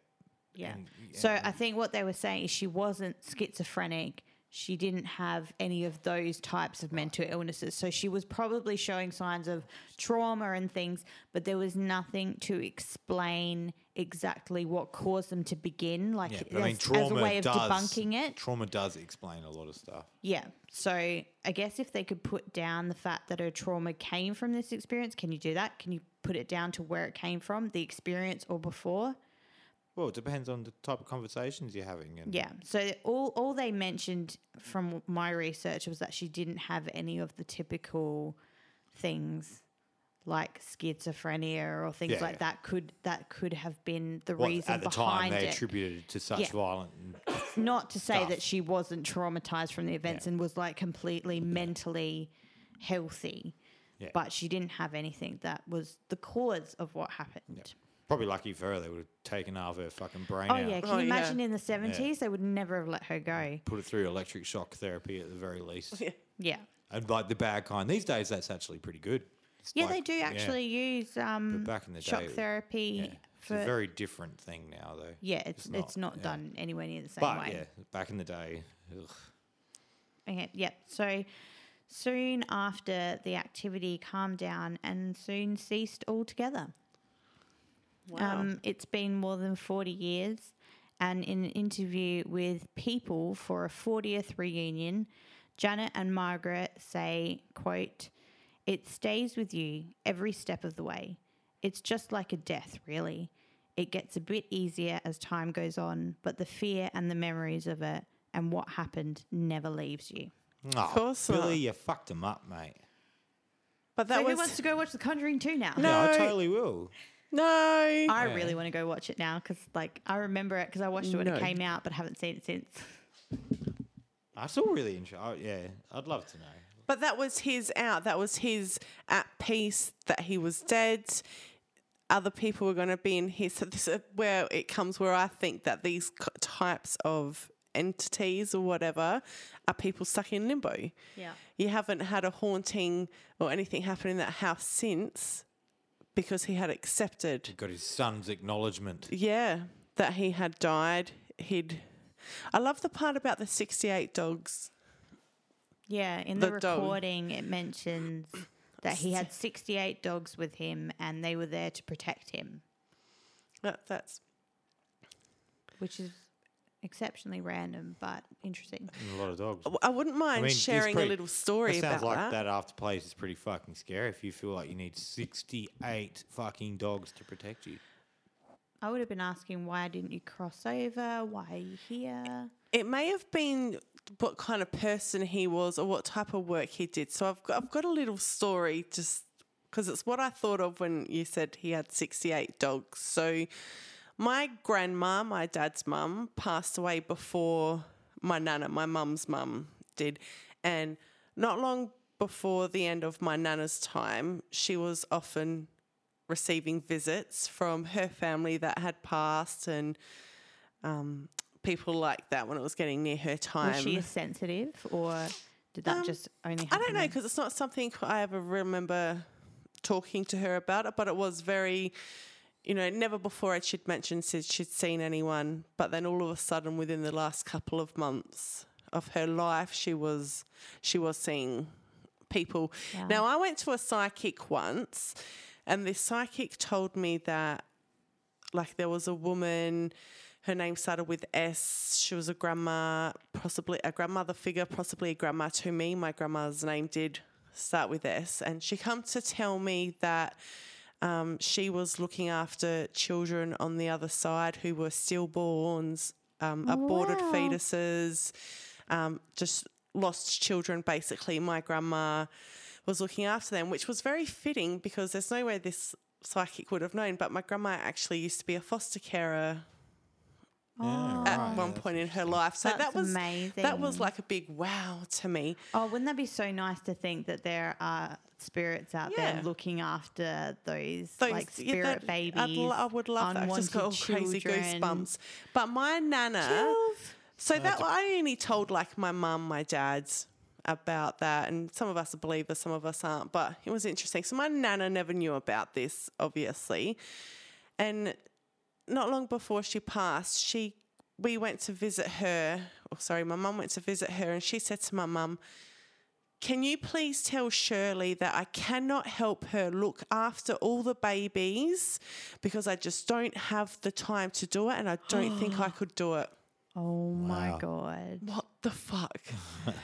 Yeah.
And-
So I think what they were saying is she wasn't schizophrenic. She didn't have any of those types of mental illnesses. So she was probably showing signs of trauma and things, but there was nothing to explain exactly what caused them to begin. Like
Yeah, but
as,
I mean,
as
trauma
a way of
does,
debunking it.
Trauma does explain a lot of stuff.
Yeah. So I guess if they could put down the fact that her trauma came from this experience, can you do that? Can you put it down to where it came from, the experience or before?
Well, it depends on the type of conversations you're having. And
Yeah. So all all they mentioned from my research was that she didn't have any of the typical things like schizophrenia or things
Yeah,
like
yeah.
that could that could have been the
what,
reason
at the time
behind
they
it.
attributed it to such
Yeah.
violent and
Not to say
stuff.
that she wasn't traumatized from the events
Yeah.
and was like completely mentally healthy.
Yeah.
But she didn't have anything that was the cause of what happened.
Probably lucky for her, they would have taken half her fucking brain
Oh
out,
yeah, can
Oh,
you
yeah.
imagine in the seventies they would never have let her go.
put it through electric shock therapy at the very least.
Yeah.
Yeah,
And like the bad kind. These days, that's actually pretty good. It's
yeah,
like-
they do
yeah.
actually use um,
back in the
shock
day,
therapy
Yeah. It's
for.
a very different thing now, though.
yeah, it's it's not,
yeah.
done anywhere near the same
But
way.
yeah, back in the day, ugh,
Okay, yep. So soon after the activity calmed down and soon ceased altogether.
Wow.
Um, it's been more than 40 years. And in an interview with People for a 40th reunion, Janet and Margaret say, quote, It stays with you every step of the way. It's just like a death, really. It gets a bit easier as time goes on, but the fear and the memories of it and what happened never leaves you.
of
course
Ah, Billy,
not.
you fucked him up, mate.
but that
so who
was
wants to go watch The Conjuring 2 now?
No.
Yeah, I totally will.
no.
I really want to go watch it now because, like, I remember it because I watched it when
No.
it came out, but haven't seen it since.
I still really enjoy. Oh, yeah, I'd love to know.
But that was his out. That was his at peace that he was dead. Other people were going to be in here. So this is where it comes where I think that these c- types of entities or whatever are people stuck in limbo.
Yeah.
You haven't had a haunting or anything happen in that house since because he had accepted.
Got his son's acknowledgement.
Yeah, that he had died. He'd. I love the part about the 68 dogs.
Yeah. In the,
The dog.
recording, it mentions that he had 68 dogs with him and they were there to protect him,
That, that's
which is exceptionally random but interesting.
and A lot of dogs.
I wouldn't mind
I mean, it's
sharing
pretty-
a little story
it sounds
about
like
that.
after place is pretty fucking scary. If you feel like you need sixty-eight fucking dogs to protect you,
I would have been asking, why didn't you cross over? Why are you here?
It may have been what kind of person he was or what type of work he did. So I've got, I've got a little story just because it's what I thought of when you said he had 68 dogs. So my grandma, my dad's mum, passed away before my nana, my mum's mum, did. And not long before the end of my nana's time, she was often receiving visits from her family that had passed and um, people like that when it was getting near her time.
Was she sensitive or did that
Um,
just only
I
happen?
don't know
when-
because it's not something I ever remember talking to her about it, but it was very, you know, never before had she'd mentioned said she'd seen anyone, but then all of a sudden, within the last couple of months of her life, she was she was seeing people. Now I went to a psychic once, and this psychic told me that like there was a woman her name started with s she was a grandma possibly a grandmother figure possibly a grandma to me my grandma's name did start with s and she come to tell me that um, she was looking after children on the other side who were stillborns um, aborted
Wow.
fetuses um, just lost children basically my grandma was looking after them which was very fitting because there's no way this psychic would have known but my grandma actually used to be a foster carer Oh,
yeah,
at
right,
one
that's
point in her
interesting.
life so
That's
that was that was
amazing.
like a big wow to me
Oh, wouldn't that be so nice to think that there are spirits out
Yeah.
there looking after those,
Those-
like
yeah,
spirit
that-
babies?
I'd lo- I would love that. I just got all
unwanted
crazy
children?
goosebumps. But my nana, so that I only told like my mum, my dad's about that, and some of us are believers, some of us aren't. But it was interesting. So my nana never knew about this, obviously, and not long before she passed, she we went to visit her. Or sorry, my mum went to visit her, and she said to my mum. Can you please tell Shirley that I cannot help her look after all the babies because I just don't have the time to do it and I don't think I could do it.
Oh my god,
What the fuck?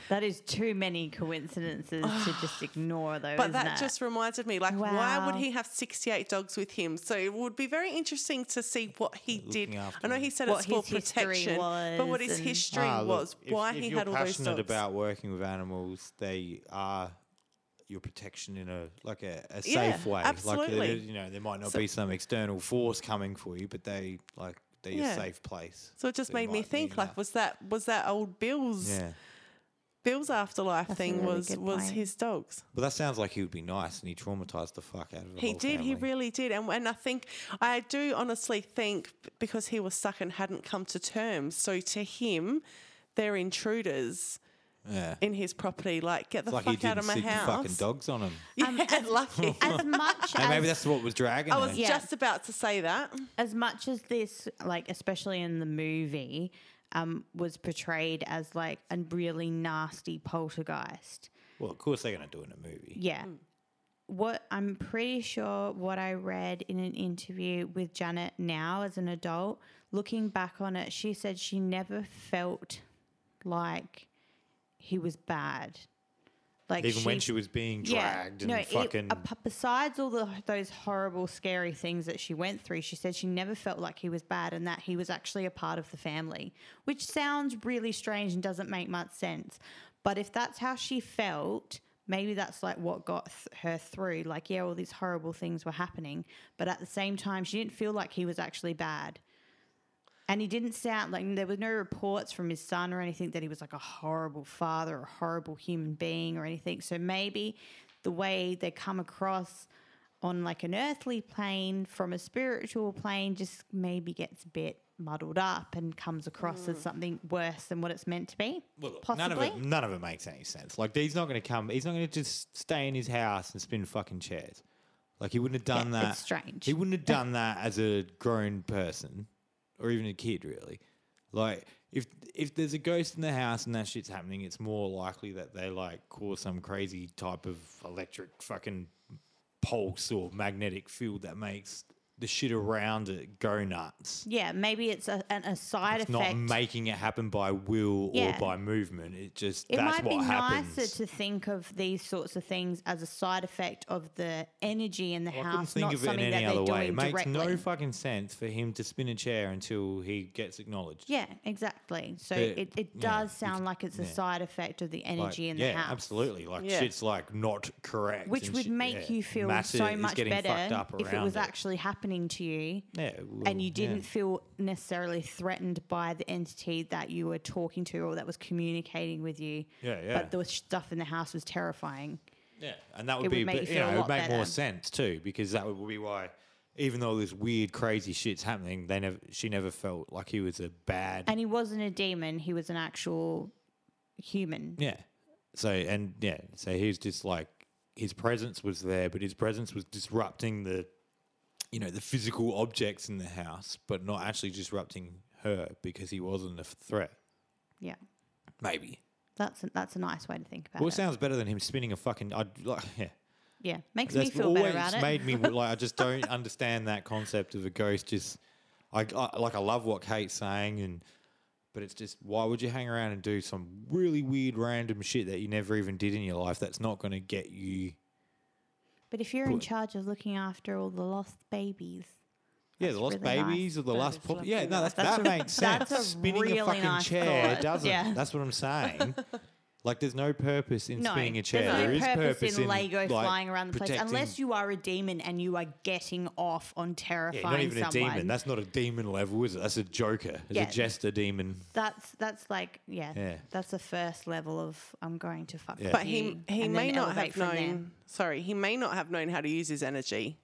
that is too many coincidences to just ignore, though.
But
isn't
that
it?
just reminded me like why would
Wow.
he have 68 dogs with him? So it would be very interesting to see what he
Looking
did.
after
I know
them.
he said it's
What
for
his history
protection, but what his
was and-
history
Ah, look,
was,
if-
why
if
he
you're
had all those
passionate
dogs.
about working with animals, they are your protection in a like a, a safe
Yeah,
way. Like
absolutely.
they- you know, there might not be some external force coming for you, but they like they're
Yeah.
a safe place.
so it just
that you
made me
might
think
need
like
that.
was that was that old Bill's
yeah,
Bill's afterlife
That's a
thing
really
was
good
was
point.
his dogs.
But that sounds like he would be nice, and he traumatized the fuck out of. The
He
whole
did. He
family.
really did. And and I think I do honestly think b- because he was stuck and hadn't come to terms. So to him, they're intruders
Yeah.
in his property. Like get the
It's like he
fuck out
didn't
of my
stick the
house.
fucking dogs on him.
Yeah,
Um,
lucky.
As much
And
as
maybe that's what was dragging.
I was
her.
Yeah.
just about to say that.
as much as this, like especially in the movie, um, was portrayed as like a really nasty poltergeist.
Well, of course they're gonna do it in a movie.
Yeah. What I'm pretty sure what I read in an interview with Janet now as an adult, looking back on it, she said she never felt like he was bad. Like
Even when she was being dragged and
it-
fucking.
ap- besides all the, those horrible, scary things that she went through, she said she never felt like he was bad and that he was actually a part of the family, which sounds really strange and doesn't make much sense. But if that's how she felt, maybe that's like what got th- her through. Like, yeah, all these horrible things were happening, but at the same time, she didn't feel like he was actually bad. And he didn't sound like there were no reports from his son or anything that he was like a horrible father or a horrible human being or anything. So maybe the way they come across on like an earthly plane from a spiritual plane just maybe gets a bit muddled up and comes across as something worse than what it's meant to be.
Mm. Well, look,
possibly.
none of it. None of it makes any sense. Like he's not gonna come. He's not gonna just stay in his house and spin fucking chairs. Like he wouldn't have done
Yeah,
that.
it's strange.
He wouldn't have done that as a grown person or even a kid, really. Like if if there's a ghost in the house and that shit's happening, it's more likely that they like cause some crazy type of electric fucking pulse or magnetic field that makes the shit around it go nuts.
yeah, maybe it's a, an, a side
It's
effect.
not making it happen by will
Yeah.
or by movement. It just
It
that's
might
what
be
happens.
nicer to think of these sorts of things as a side effect of the energy in the
I couldn't
house,
think of it
not
in
something that
any
they're
other
doing
way. It makes
directly.
no fucking sense for him to spin a chair until he gets acknowledged.
yeah, exactly. So
But,
it, it
yeah,
does sound like it's a side effect of the
Like,
energy in the
yeah,
house.
absolutely. Like
Yeah.
shit's like not correct,
Which
and
would
shit-
make
yeah.
you feel
Matter
so
is
much
getting fucked
better
up
if it
around
was actually happening to you
yeah, well,
and you
yeah.
didn't feel necessarily threatened by the entity that you were talking to or that was communicating with you.
Yeah, yeah.
But the stuff in the house was terrifying.
Yeah, and that would
it
be,
would make
but, you
you feel a
know, it would
lot
make more
better.
sense too, because that would be why, even though this weird, crazy shit's happening, they never, she never felt like he was a bad.
And he wasn't a demon, he was an actual human.
yeah. So and yeah, so he was just like his presence was there, but his presence was disrupting the, you know, the physical objects in the house, but not actually disrupting her because he wasn't a threat.
Yeah.
Maybe.
That's a, that's a nice way to think about
Well, it
it.
sounds better than him spinning a fucking. I like yeah.
yeah, makes me
That's
feel
always
better about it.
made me like I just don't understand that concept of a ghost. Just I, I like I love what Kate's saying, and but it's just why would you hang around and do some really weird random shit that you never even did in your life? That's not going to get you.
But if you're in charge of looking after all the lost babies,
Yeah, the lost
really nice.
babies or the last pop. Yeah, no, that's,
That's
that
a-
makes sense.
that's a
spinning
really
a fucking
nice
chair
thought.
doesn't.
Yeah.
That's what I'm saying. Like there's no purpose in
no,
spinning a chair.
there's no
There is
purpose, in, Lego
like,
flying around the place
protecting-
unless you are a demon and you are getting off on
Yeah,
terrifying
not even a
someone.
demon. That's not a demon level, is it? That's a joker. It's
Yeah.
a jester demon.
that's that's like yeah,
Yeah.
that's the first level of I'm going to fuck.
Yeah.
with
But he
you,"
he
and
may
then
not
elevate
have
from there.
known. Sorry, he may not have known how to use his energy.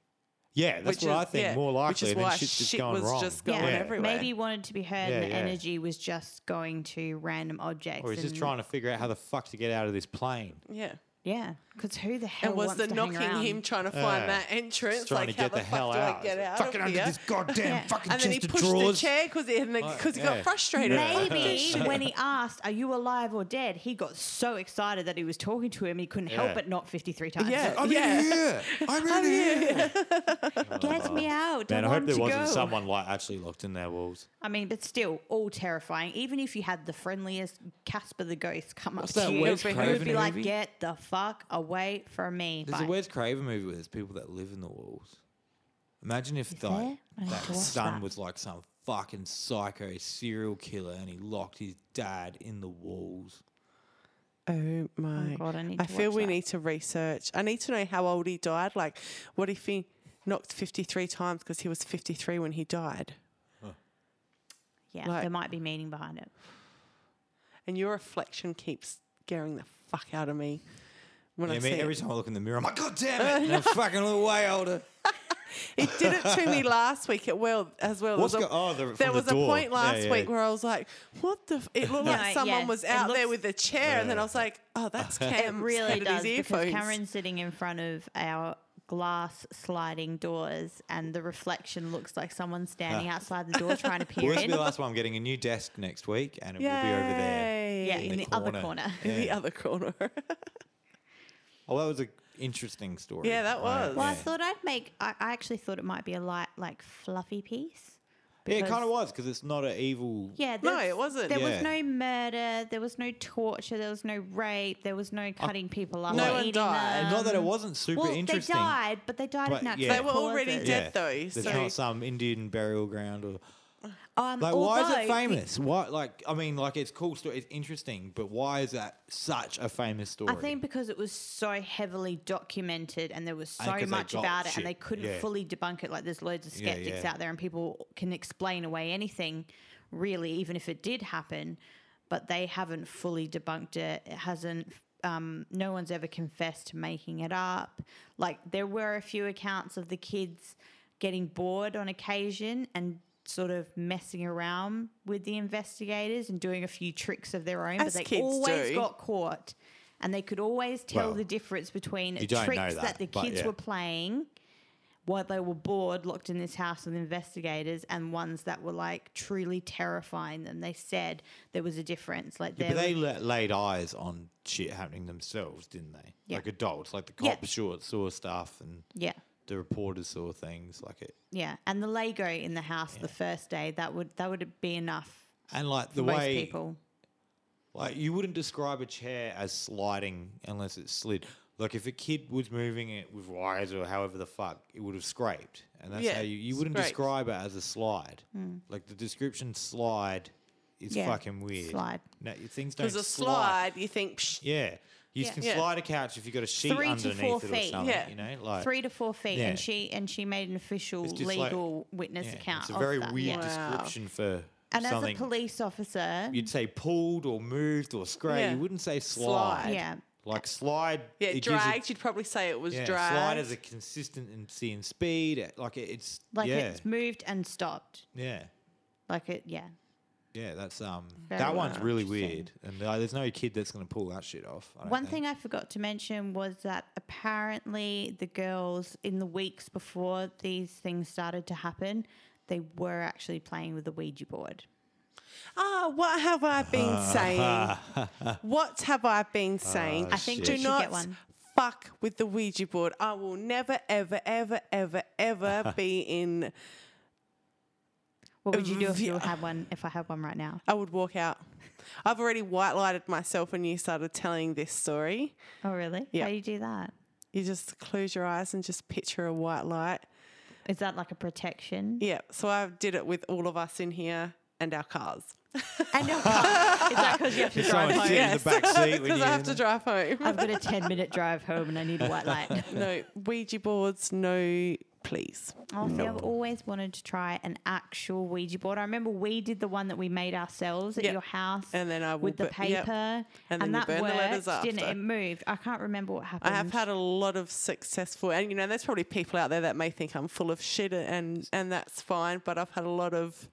Yeah, that's
which
what
is-
I think.
yeah,
more
which
likely,
is
and then
why
shit's just
shit
going
was
wrong.
just going
yeah.
everywhere.
Maybe he wanted to be heard,
Yeah,
and the
yeah.
energy was just going to random objects.
Or he's just
and-
trying to figure out how the fuck to get out of this plane.
Yeah.
Yeah, because who the hell
And was
wants
the
to hang
knocking
around?
him trying to find
Yeah.
that entrance?
Just trying
like,
to get
how
the,
the,
hell
fuck
out.
Do I get out
fucking
of
under
here?
this goddamn
Yeah.
fucking
and then he
chest of
pushed the
drawers.
chair because he, and then- 'cause he
yeah.
got frustrated.
Yeah.
Maybe
Yeah.
when he asked, "Are you alive or dead?" he got so excited that he was talking to him, he couldn't help
Yeah.
but knock fifty-three times.
Yeah.
I'm in here. I'm in here.
get me out!
Man, I
I, want
hope there
to
wasn't
go.
someone like actually locked in their walls.
I mean, but still, all terrifying. Even if you had the friendliest Casper the Ghost come
What's
up
that
to you,
Wes
it would
Craven
be like,
movie?
"Get the fuck away from me!"
There's
Bye.
a Wes Craven movie where there's people that live in the walls. Imagine if
there?
like,
I need
that
to watch
son
that.
was like some fucking psycho serial killer and he locked his dad in the walls.
Oh my!
God, I need to
feel
watch
we
that.
need to research. I need to know how old he died. Like, what if he knocked fifty three times because he was fifty three when he died?
yeah,
like-
there might be meaning behind it.
And your reflection keeps scaring the fuck out of me when
Yeah,
I
I
see
mean, every
it.
time I look in the mirror, I'm like, God damn it! And I'm fucking all way older.
It did it to me last week at well as well. There
What's
was a-
go- oh, the-
there
from the
was a
door.
point
Yeah,
last
yeah.
week where I was like, "What the?" F-? It looked
No,
like someone
yeah,
was
it
out there
looks-
with a chair, and then I was like, "Oh, that's Cam."
It really
out of
does
his
because
earphones.
Cameron's sitting in front of our glass sliding doors, and the reflection looks like someone standing outside the door trying to
Well,
peer
this will
in.
Ah. be the last one. I'm getting a new desk next week, and it will be over there.
Yay.
Yeah,
in
in
the
the other
corner.
corner.
in the other corner.
Oh, that was an interesting story.
Yeah, that
Right,
was.
Well, I
yeah.
thought I'd make. I, I actually thought it might be a light, like fluffy piece.
Yeah, it
because-
kind of was because it's not an evil.
Yeah.
No,
there's-
it wasn't.
There
Yeah.
was no murder. There was no torture. There was no rape. There was no cutting people up.
No
or
one
eating
died.
Them.
Not that it wasn't super
well,
interesting.
they died, but they died
But,
of natural
yeah.
They were already
causes.
dead, though,
There's
so-
not some Indian burial ground or
Um,
like why is it
although-
famous? Why like I mean like it's cool story, it's interesting, but why is that such a famous story?
I think because it was so heavily documented and there was
And
so
'cause they
much
got
about it
shit,
and they couldn't
yeah.
fully debunk it. Like there's loads of
Yeah,
skeptics
yeah.
out there and people can explain away anything, really, even if it did happen, but they haven't fully debunked it. It hasn't. Um, no one's ever confessed to making it up. Like there were a few accounts of the kids getting bored on occasion and sort of messing around with the investigators and doing a few tricks of their own,
As
but they
kids
always
do.
got caught and they could always tell
Well,
the difference between
you
tricks
don't know
that,
that,
the
but
kids
yeah.
were playing while they were bored, locked in this house with investigators, and ones that were like truly terrifying them. They said there was a difference. Like
Yeah,
there
but they
was-
la- laid eyes on shit happening themselves, didn't they?
Yeah.
Like adults, like the
Yeah.
cops saw, saw stuff and
yeah.
the reporters saw things like it.
Yeah. And the Lego in the house the first day, that would that would be enough
And like
for
the
most
way
people.
Like you wouldn't describe a chair as sliding unless it slid. Like if a kid was moving it with wires or however the fuck, it would have scraped, and that's
Yeah,
how you you wouldn't
scraped.
describe it as a slide. Like the description slide is
Hmm. Yeah,
fucking weird.
slide.
No, things don't
Because
slide.
a slide, you think, Psh,
Yeah, you
Yeah.
can
Yeah.
slide a couch if you've got a sheet
Three to
underneath
four
it or
feet.
something.
Yeah.
You know, like
Three to four feet.
Yeah.
And she and she made an official
It's just like-
legal witness
yeah,
account.
It's a
of
very
that.
weird
Yeah.
Wow.
description for
And as a
something.
police officer,
You'd say pulled or moved or scraped.
Yeah.
You wouldn't say
Slide.
slide.
Yeah.
Like slide.
yeah,
it gives it-
dragged. You'd probably say it was
Yeah,
dragged.
slide has a consistency in speed. it- Like it, it's
like
yeah,
it's moved and stopped.
yeah,
Like it, yeah.
yeah. That's um,
Very
that one's
well,
really weird,
interesting.
and uh, there's no kid that's gonna pull that shit off. I don't
One
think.
thing I forgot to mention was that apparently the girls in the weeks before these things started to happen, they were actually playing with the Ouija board.
Ah, what have I been saying? what have I been saying?
Ah, I think
shit.
we
Do
should
not
get one.
fuck with the Ouija board. I will never, ever, ever, ever, ever be in.
What would you do if
Vi-
you had one? If I had one right now?
I would walk out. I've already white lighted myself when you started telling this story.
Oh, really?
Yeah.
How do you do that?
You just close your eyes and just picture a white light.
Is that like a protection?
Yeah, so I did it with all of us in here and our cars.
And no, is that because you have to
If
drive
someone's
home?
sitting in the back seat when
Because
you
I have to drive home.
I've got a ten-minute drive home, and I need a white light.
no, Ouija boards, no, please.
Oh, see, I've always wanted to try an actual Ouija board. I remember we did the one that we made ourselves at
Yep.
your house,
And then I will
with the
bu- yep.
paper, and,
And then you
that
burn the
worked,
letters
didn't it?
after.
It moved. I can't remember what happened.
I have had a lot of successful, and you know, there's probably people out there that may think I'm full of shit, and and that's fine. But I've had a lot of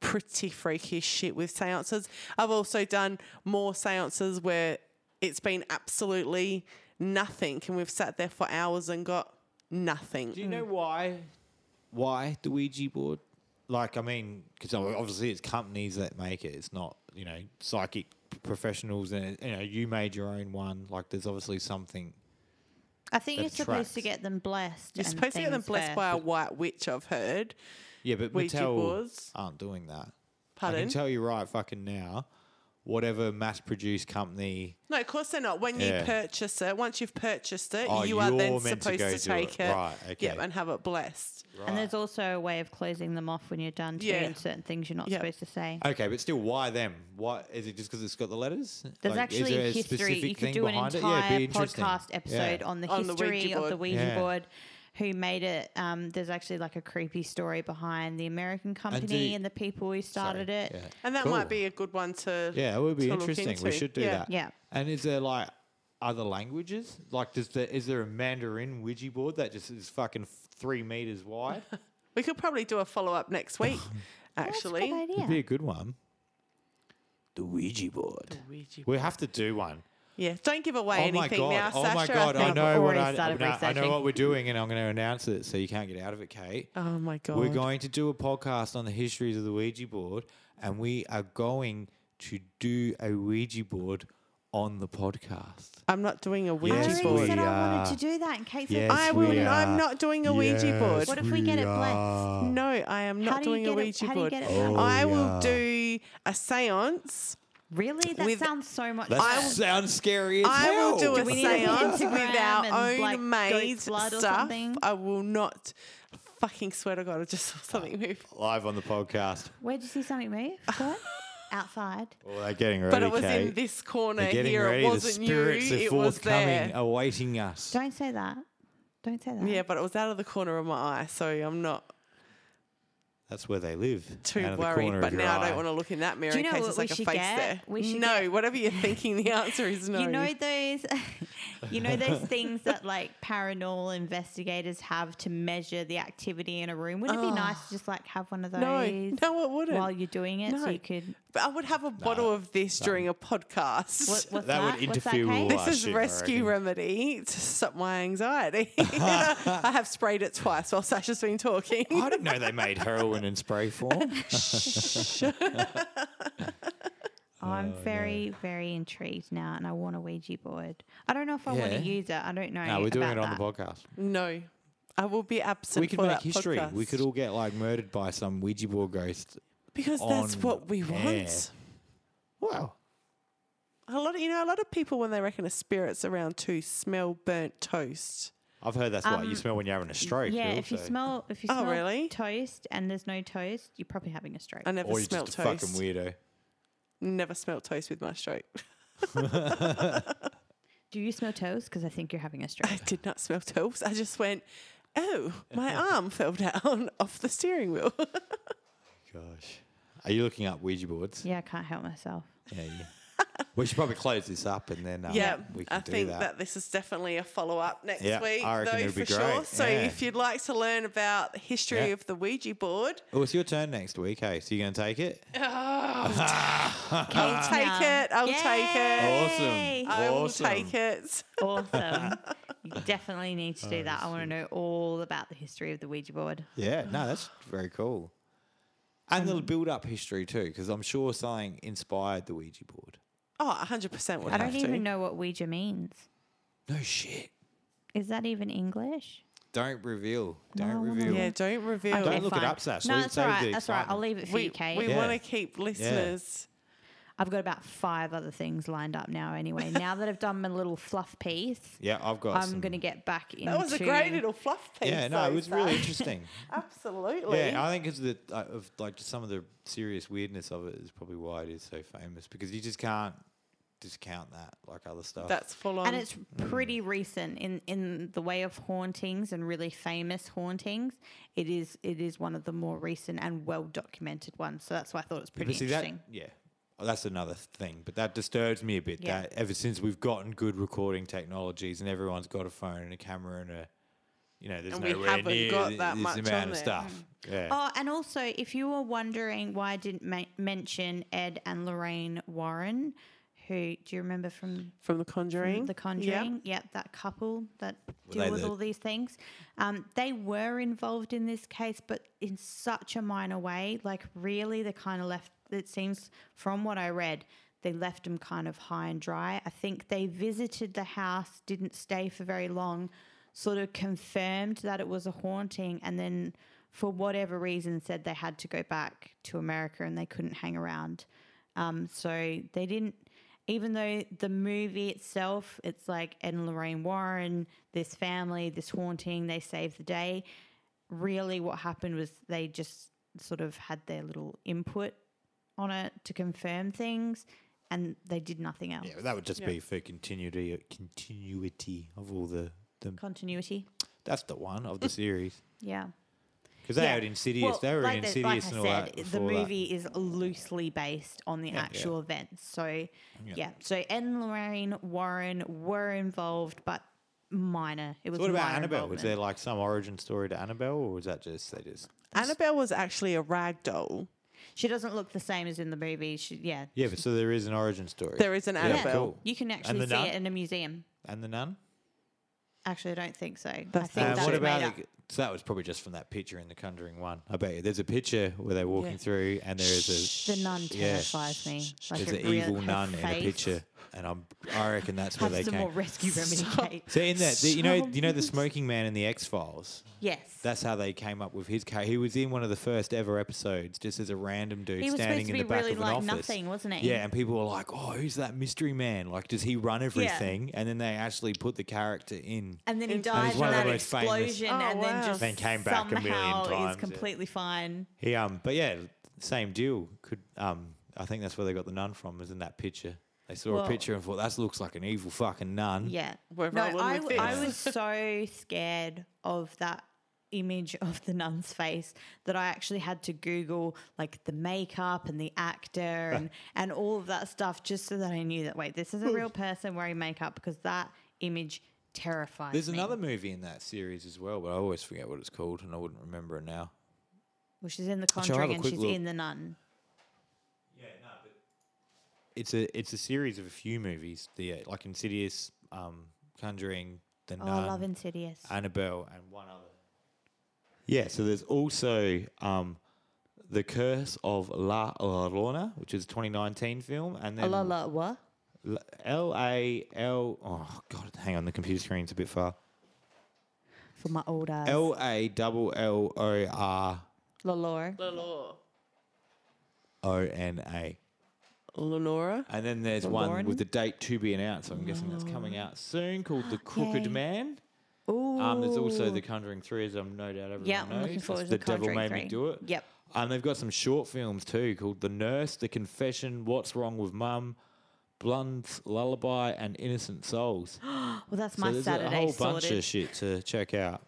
pretty freaky shit with seances. I've also done more seances where it's been absolutely nothing, and we've sat there for hours and got nothing.
hmm.
Do you know why? Why the Ouija board? Like, I mean, because obviously it's companies that make it. It's not you know psychic professionals, and you know you made your own one. Like, there's obviously something.
I think
that
you're supposed to
attracts.
get them blessed.
You're
and
supposed to get them
things
blessed
first.
by a white witch, I've heard.
Yeah, but
Ouija
Mattel
boards?
aren't doing that. I
Pardon?
can tell you right fucking now, whatever mass-produced company
No, of course they're not. When
Yeah.
you purchase it, once you've purchased it,
Oh,
you are then
you're
supposed
meant to
to,
go do it.
take it,
Right,
yep,
okay.
and have it blessed.
And there's also a way of closing them off when you're done too,
Yeah.
and certain things you're not
Yep.
supposed to say.
Okay, but still, why them? Why is it just because it's got the letters?
There's
Like, is
actually
there
a history.
specific
You could
thing
do an
behind it?
entire
interesting.
podcast episode
Yeah.
on the
On the
history
Ouija
of the
board.
Ouija
Yeah.
board who made it. Um, there's actually like a creepy story behind the American company and the,
the-
people who started
Sorry.
it.
Yeah.
And that
Cool.
might be a good one to
Yeah, it would be
to look
interesting. We
into.
should do
Yeah.
that.
Yeah.
And is there like other languages? Like, does there is there a Mandarin Ouija board that just is fucking three meters wide?
We could probably do a follow up next week,
That's a
actually.
good idea.
It'd be a good one. The Ouija board.
Ouija
We have to do one.
Yeah, don't give away
oh my
anything
god!
now,
oh
Sasha.
my god! I,
think-
know what
already
I,
started
no, I know
researching.
what we're doing, and I'm going to announce it, so you can't get out of it, Kate.
Oh my god.
We're going to do a podcast on the histories of the Ouija board, and we are going to do a Ouija board on the podcast.
I'm not doing a Ouija
I
Yes,
already
board.
said
we
I
are.
wanted to do that in case
Yes,
I
we
will.
are.
I'm not doing a Ouija board.
What if we get it blessed?
No, I am
How
not
do you
doing a
get it-
Ouija
how do you
board.
get it Oh,
I will
yeah.
do a séance.
Really? That
With-
sounds so much
That
fun.
sounds scary as
I
hell.
will do a
we need to be
séance
Instagram
with our
and,
own
like,
made
goat's blood or
stuff.
something?
I will not. Fucking swear to God, I just saw something move.
live on the podcast.
Where'd you see something move? What? Outside.
Oh, they're getting ready,
But it was
Kate.
in this corner
they're getting
here.
ready.
It
the
wasn't you.
spirits are
It was
forthcoming,
there.
awaiting us.
Don't say that. Don't say that.
Yeah, but it was out of the corner of my eye, so I'm not
That's where they live.
too
out of the corner
worried.
of
But
your
now I
eye.
don't want to look in that mirror
Do you
in
know
case
what
it's
we
like a
should
face
get?
there.
We should
no,
get-
whatever you're thinking, the answer is no.
You know those you know those things that like paranormal investigators have to measure the activity in a room. Wouldn't it be
Ah.
nice to just like have one of those
no, no, it wouldn't.
while you're doing it so
No.
you could
But I would have a bottle of this during a podcast.
what, what's that?
That would
What's that,
interfere with
Kate?
what-
This
Well,
is
shit, I
rescue
reckon.
remedy to stop my anxiety. I have sprayed it twice while Sasha's been talking.
I didn't know they made heroin in spray form. Oh,
I'm very, very intrigued now and I want a Ouija board. I don't know if I want
Yeah.
to use it. I don't know.
no, we're doing it
about
on
that.
the podcast.
no, I will be absent.
we could
for
make
that
history. We
podcast.
could all get like murdered by some Ouija board ghost.
because that's
on
what we
air.
want.
Wow.
A lot, of, you know, a lot of people when they reckon a spirit's around too smell burnt toast.
I've heard that's what you smell when you're having a stroke.
Um, Yeah,
too,
if you
so-
smell if you
Oh,
smell
really?
toast and there's no toast, you're probably having a stroke.
I never
or you're
smelt
just a
toast.
fucking weirdo.
Never smelt toast with my stroke.
Do you smell toast? Because I think you're having a stroke.
I did not smell toast. I just went, oh, my arm fell down off the steering wheel.
Oh, Gosh. Are you looking up Ouija boards?
yeah, I can't help myself.
Yeah. yeah. we should probably close this up and then um,
yeah,
we can
I
do
think
that.
that. this is definitely a follow up next
Yeah,
week,
I reckon
though,
it'd
for
be
sure.
great,
So
yeah.
if you'd like to learn about the history
Yeah.
of the Ouija board,
Oh, it's your turn next week. Hey, so you going to take it?
I'll take
now.
it. I'll take it.
Yay! Uh,
I will
Ah. Awesome.
take it.
Awesome. you definitely need to do that. I want to know all about the history of the Ouija board.
Yeah, no, that's very cool.
Um,
And the build up history too, because I'm sure something inspired the Ouija board.
Oh, 100% would
I
have
don't
to.
even know what Ouija means.
No shit.
Is that even English?
Don't reveal. Don't
I wanna
reveal.
Yeah, don't reveal.
Okay,
Don't look it up, Sash.
No,
Leave-
that's all
save the
right. That's all right.
excitement.
I'll leave it for
We,
you, Kate.
we
Yeah.
want to keep listeners.
I've got about five other things lined up now. Anyway, now that I've done my little fluff piece,
Yeah, I've got.
I'm
some-
going to get back into.
That was a great little fluff piece.
Yeah, no, it
though,
was really
Sasha.
interesting.
Absolutely.
yeah, I think it's the uh, of like just some of the serious weirdness of it is probably why it is so famous because you just can't discount that like other stuff.
That's full on.
and
Um,
it's pretty recent in in the way of hauntings and really famous hauntings. It is it is one of the more recent and well documented ones. So that's why I thought it was
Yeah,
pretty
but see that-
interesting.
yeah. Oh, that's another thing, but that disturbs me a bit.
Yeah.
That ever since we've gotten good recording technologies and everyone's got a phone and a camera and a, you know, there's
And we
nowhere
haven't
near
got
th-
that
this
much
amount
on Hmm.
of
there.
stuff. Yeah.
Oh, and also, if you were wondering why I didn't ma- mention Ed and Lorraine Warren, who do you remember from
from The Conjuring.
The
Yep.
Conjuring. Yep, that couple that
they
deal with
the-
all these things. Um, they were involved in this case, but in such a minor way. Like, really, they kind of left, it seems from what I read, they left them kind of high and dry. I think they visited the house, didn't stay for very long, sort of confirmed that it was a haunting, and then for whatever reason said they had to go back to America and they couldn't hang around. Um, so they didn't, even though the movie itself, it's like Ed and Lorraine Warren, this family, this haunting, they saved the day. Really, what happened was they just sort of had their little input on it to confirm things and they did nothing else.
yeah, but that would just be for continuity continuity of all the, the
Continuity.
That's the one of the series.
Yeah.
Because they
Yeah.
had Insidious.
Well,
they were
like
in
the-
Insidious
like I
and all that.
said, The
before that.
movie is loosely based on the
yeah.
actual events. So, yeah. So Ed and Lorraine Warren were involved, but minor. It was
So what about
minor
Annabelle? Was
involvement.
there like some origin story to Annabelle, or was that just they just?
Annabelle was actually a rag doll.
She doesn't look the same as in the movie. She, yeah.
Yeah, but so there is an origin story.
There is an
Yeah,
Annabelle.
cool.
You can actually
the
see
nun?
it in a museum.
And the nun.
Actually, I don't think so. I
That's
think
the-
And
that's
what
was
about?
made up.
the- so that was probably just from that picture in The Conjuring One. I bet you there's a picture where they're walking
Yeah.
through, and there is
The nun
Yeah.
terrifies me.
a
Like
there's
it
an
really-
evil
her
nun in a
face
picture, and I'm I reckon that's where
Have
they
some
came.
more rescue remedy, Kate.
so in that, the, you know, you know, the smoking man in the X Files.
Yes.
That's how they came up with his car. He was in one of the first ever episodes, just as a random dude
He was supposed
standing
to
in the
be
back
really
of an
like
office.
nothing, wasn't he?
Yeah, and people were like, "Oh, who's that mystery man? Like, does he run everything?" And then they actually put the character in.
and then he
And
dies
he's
in
one of the
that
most famous-
explosion,
Oh,
and then
wow.
just
Then came back a million
somehow is
times, yeah.
completely fine.
He um, but yeah, same deal. Could um, I think that's where they got the nun from. Was in that picture. They saw
Well-
a picture and thought that looks like an evil fucking nun.
Yeah.
We're
no,
rolling
I,
with
I
this.
was so scared of that image of the nun's face that I actually had to Google like the makeup and the actor and, and all of that stuff just so that I knew that, wait, this is a real person wearing makeup because that image terrifies
There's
me.
another movie in that series as well, but I always forget what it's called, and I wouldn't remember it now.
Well, she's in The
I'll have
Conjuring
a
and
quick
she's
look.
in The Nun.
It's a it's a series of a few movies. The uh, like Insidious, um, Conjuring, The
Oh,
Nun,
I love Insidious.
Annabelle, and one other. Yeah, so there's also um, The Curse of La Llorona, which is a 2019 film, and then
la la what?
L A L. Oh God, hang on, the computer screen's a bit far.
For my old eyes.
L A double L O R
Lalore.
Lenora.
O N A,
Lenora.
and then there's one with the date to be announced. So I'm guessing that's
Oh.
coming out soon, called The Crooked
Yay.
Man.
Ooh.
Um, there's also The Conjuring 3, as I'm no doubt everyone
Yeah,
knows.
I'm looking forward
That's The
to The
Devil
Conjuring
Made Me
3.
Do It.
Yep.
And they've got some short films too called The Nurse, The Confession, What's Wrong with Mum, Blunt's Lullaby, and Innocent Souls.
well, that's
so
my
there's
Saturday
a whole
sorted.
bunch of shit to check out.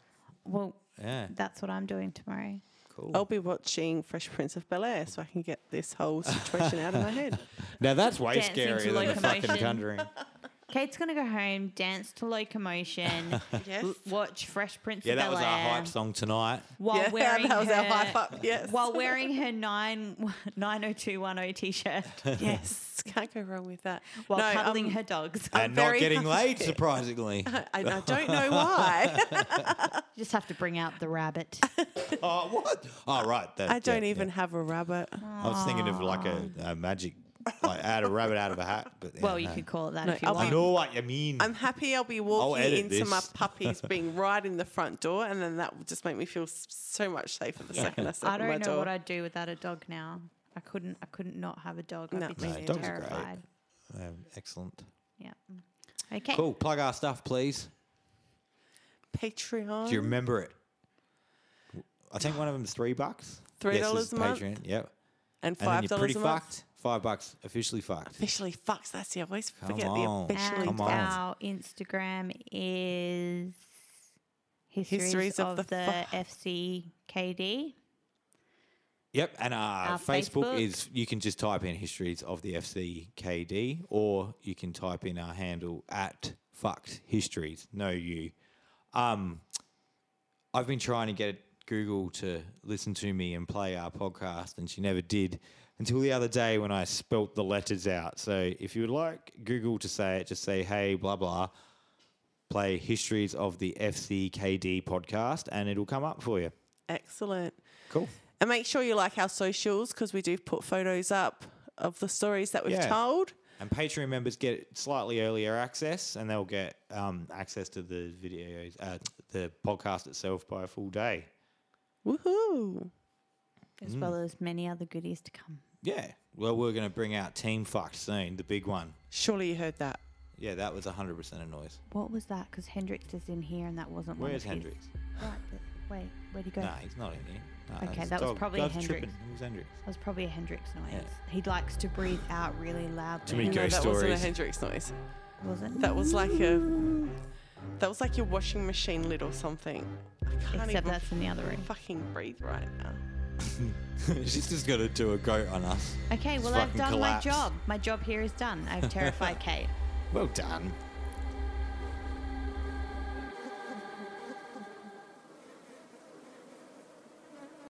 well,
Yeah,
that's what I'm doing tomorrow.
cool.
Oh.
I'll be watching Fresh Prince of Bel Air so I can get this whole situation out of my head.
Now that's way
Dancing to
scarier than the fucking
Locomotion.
Conjuring.
Kate's gonna go home, dance to locomotion,
Yes.
l- watch Fresh Prince
Yeah,
of
that
Bel
was
Air
our hype song tonight.
while
yeah,
wearing
that was
her,
our hype up. Yes.
while wearing her nine nine oh two one oh t-shirt,
yes, can't go wrong with that.
while
No,
cuddling
um,
her dogs.
I'm
and not
very
getting laid,
happy.
surprisingly.
I, I don't know why.
You just have to bring out the rabbit.
oh, what? Oh, right. that-
I don't
yeah,
even
yeah.
have a rabbit.
I was thinking of like a, a magic, like out a rabbit out of a hat. But yeah,
well, you
no.
could call it that
No,
if you
I'll
I
be-
want.
know what you mean.
I'm happy I'll be walking
edit
into my
this.
puppies being right in the front door, and then that will just make me feel s- so much safer the second I step
I
in my
don't know
door.
what I'd do without a dog now. I couldn't. I couldn't not have a dog. I'd
No.
be
No,
too
dogs are great.
terrified.
Um, excellent.
Yeah. Okay.
Cool. Plug our stuff, please.
Patreon.
Do you remember it? I think one of them's three bucks.
Three
Yes,
dollars
it's
a month?
Patreon. Yep.
and
And then
five
you're
dollars
pretty
a month.
fucked. Five bucks officially fucked.
Officially fucks. That's the I always
Come
forget
on.
the officially.
And
Come on.
our Instagram is histories,
Histories
of,
of
the,
the Fu-
FCKD.
Yep, and our,
Our
Facebook,
Facebook.
is you can just type in histories of the FCKD, or you can type in our handle at fucked histories. No, you. Um, I've been trying to get Google to listen to me and play our podcast, and she never did until the other day when I spelt the letters out. So if you would like Google to say it, just say hey blah blah. Play histories of the FCKD podcast, and it'll come up for you.
Excellent.
Cool.
And make sure you like our socials because we do put photos up of the stories that we've
Yeah.
told.
And Patreon members get slightly earlier access, and they'll get um, access to the videos, uh, the podcast itself by a full day.
Woohoo!
Mm.
as well as many other goodies to come.
Yeah. Well, we're going to bring out Team Fucked soon, the big one.
Surely you heard that.
Yeah, that was 100% a noise.
What was that? Because Hendrix is in here, and that wasn't. one
Where's
of his-
Hendrix?
Right, but wait, where'd he go?
Nah, he's not in here. Nah,
Okay,
it's
that was
dog.
probably
Dog's
Hendrix.
tripping. It was Hendrix.
That was probably a Hendrix noise. He likes to breathe out really loudly.
many
No,
Ghost
that wasn't a
stories.
Hendrix noise.
Was it?
That was like a. That was like your washing machine lid or something. I can't
Except
even
that's in the other room.
fucking breathe right now.
She's just going to do a goat on us.
Okay, well,
Just
I've
fucking
done
collapse.
my job. My job here is done. I've terrified Kate.
Well done.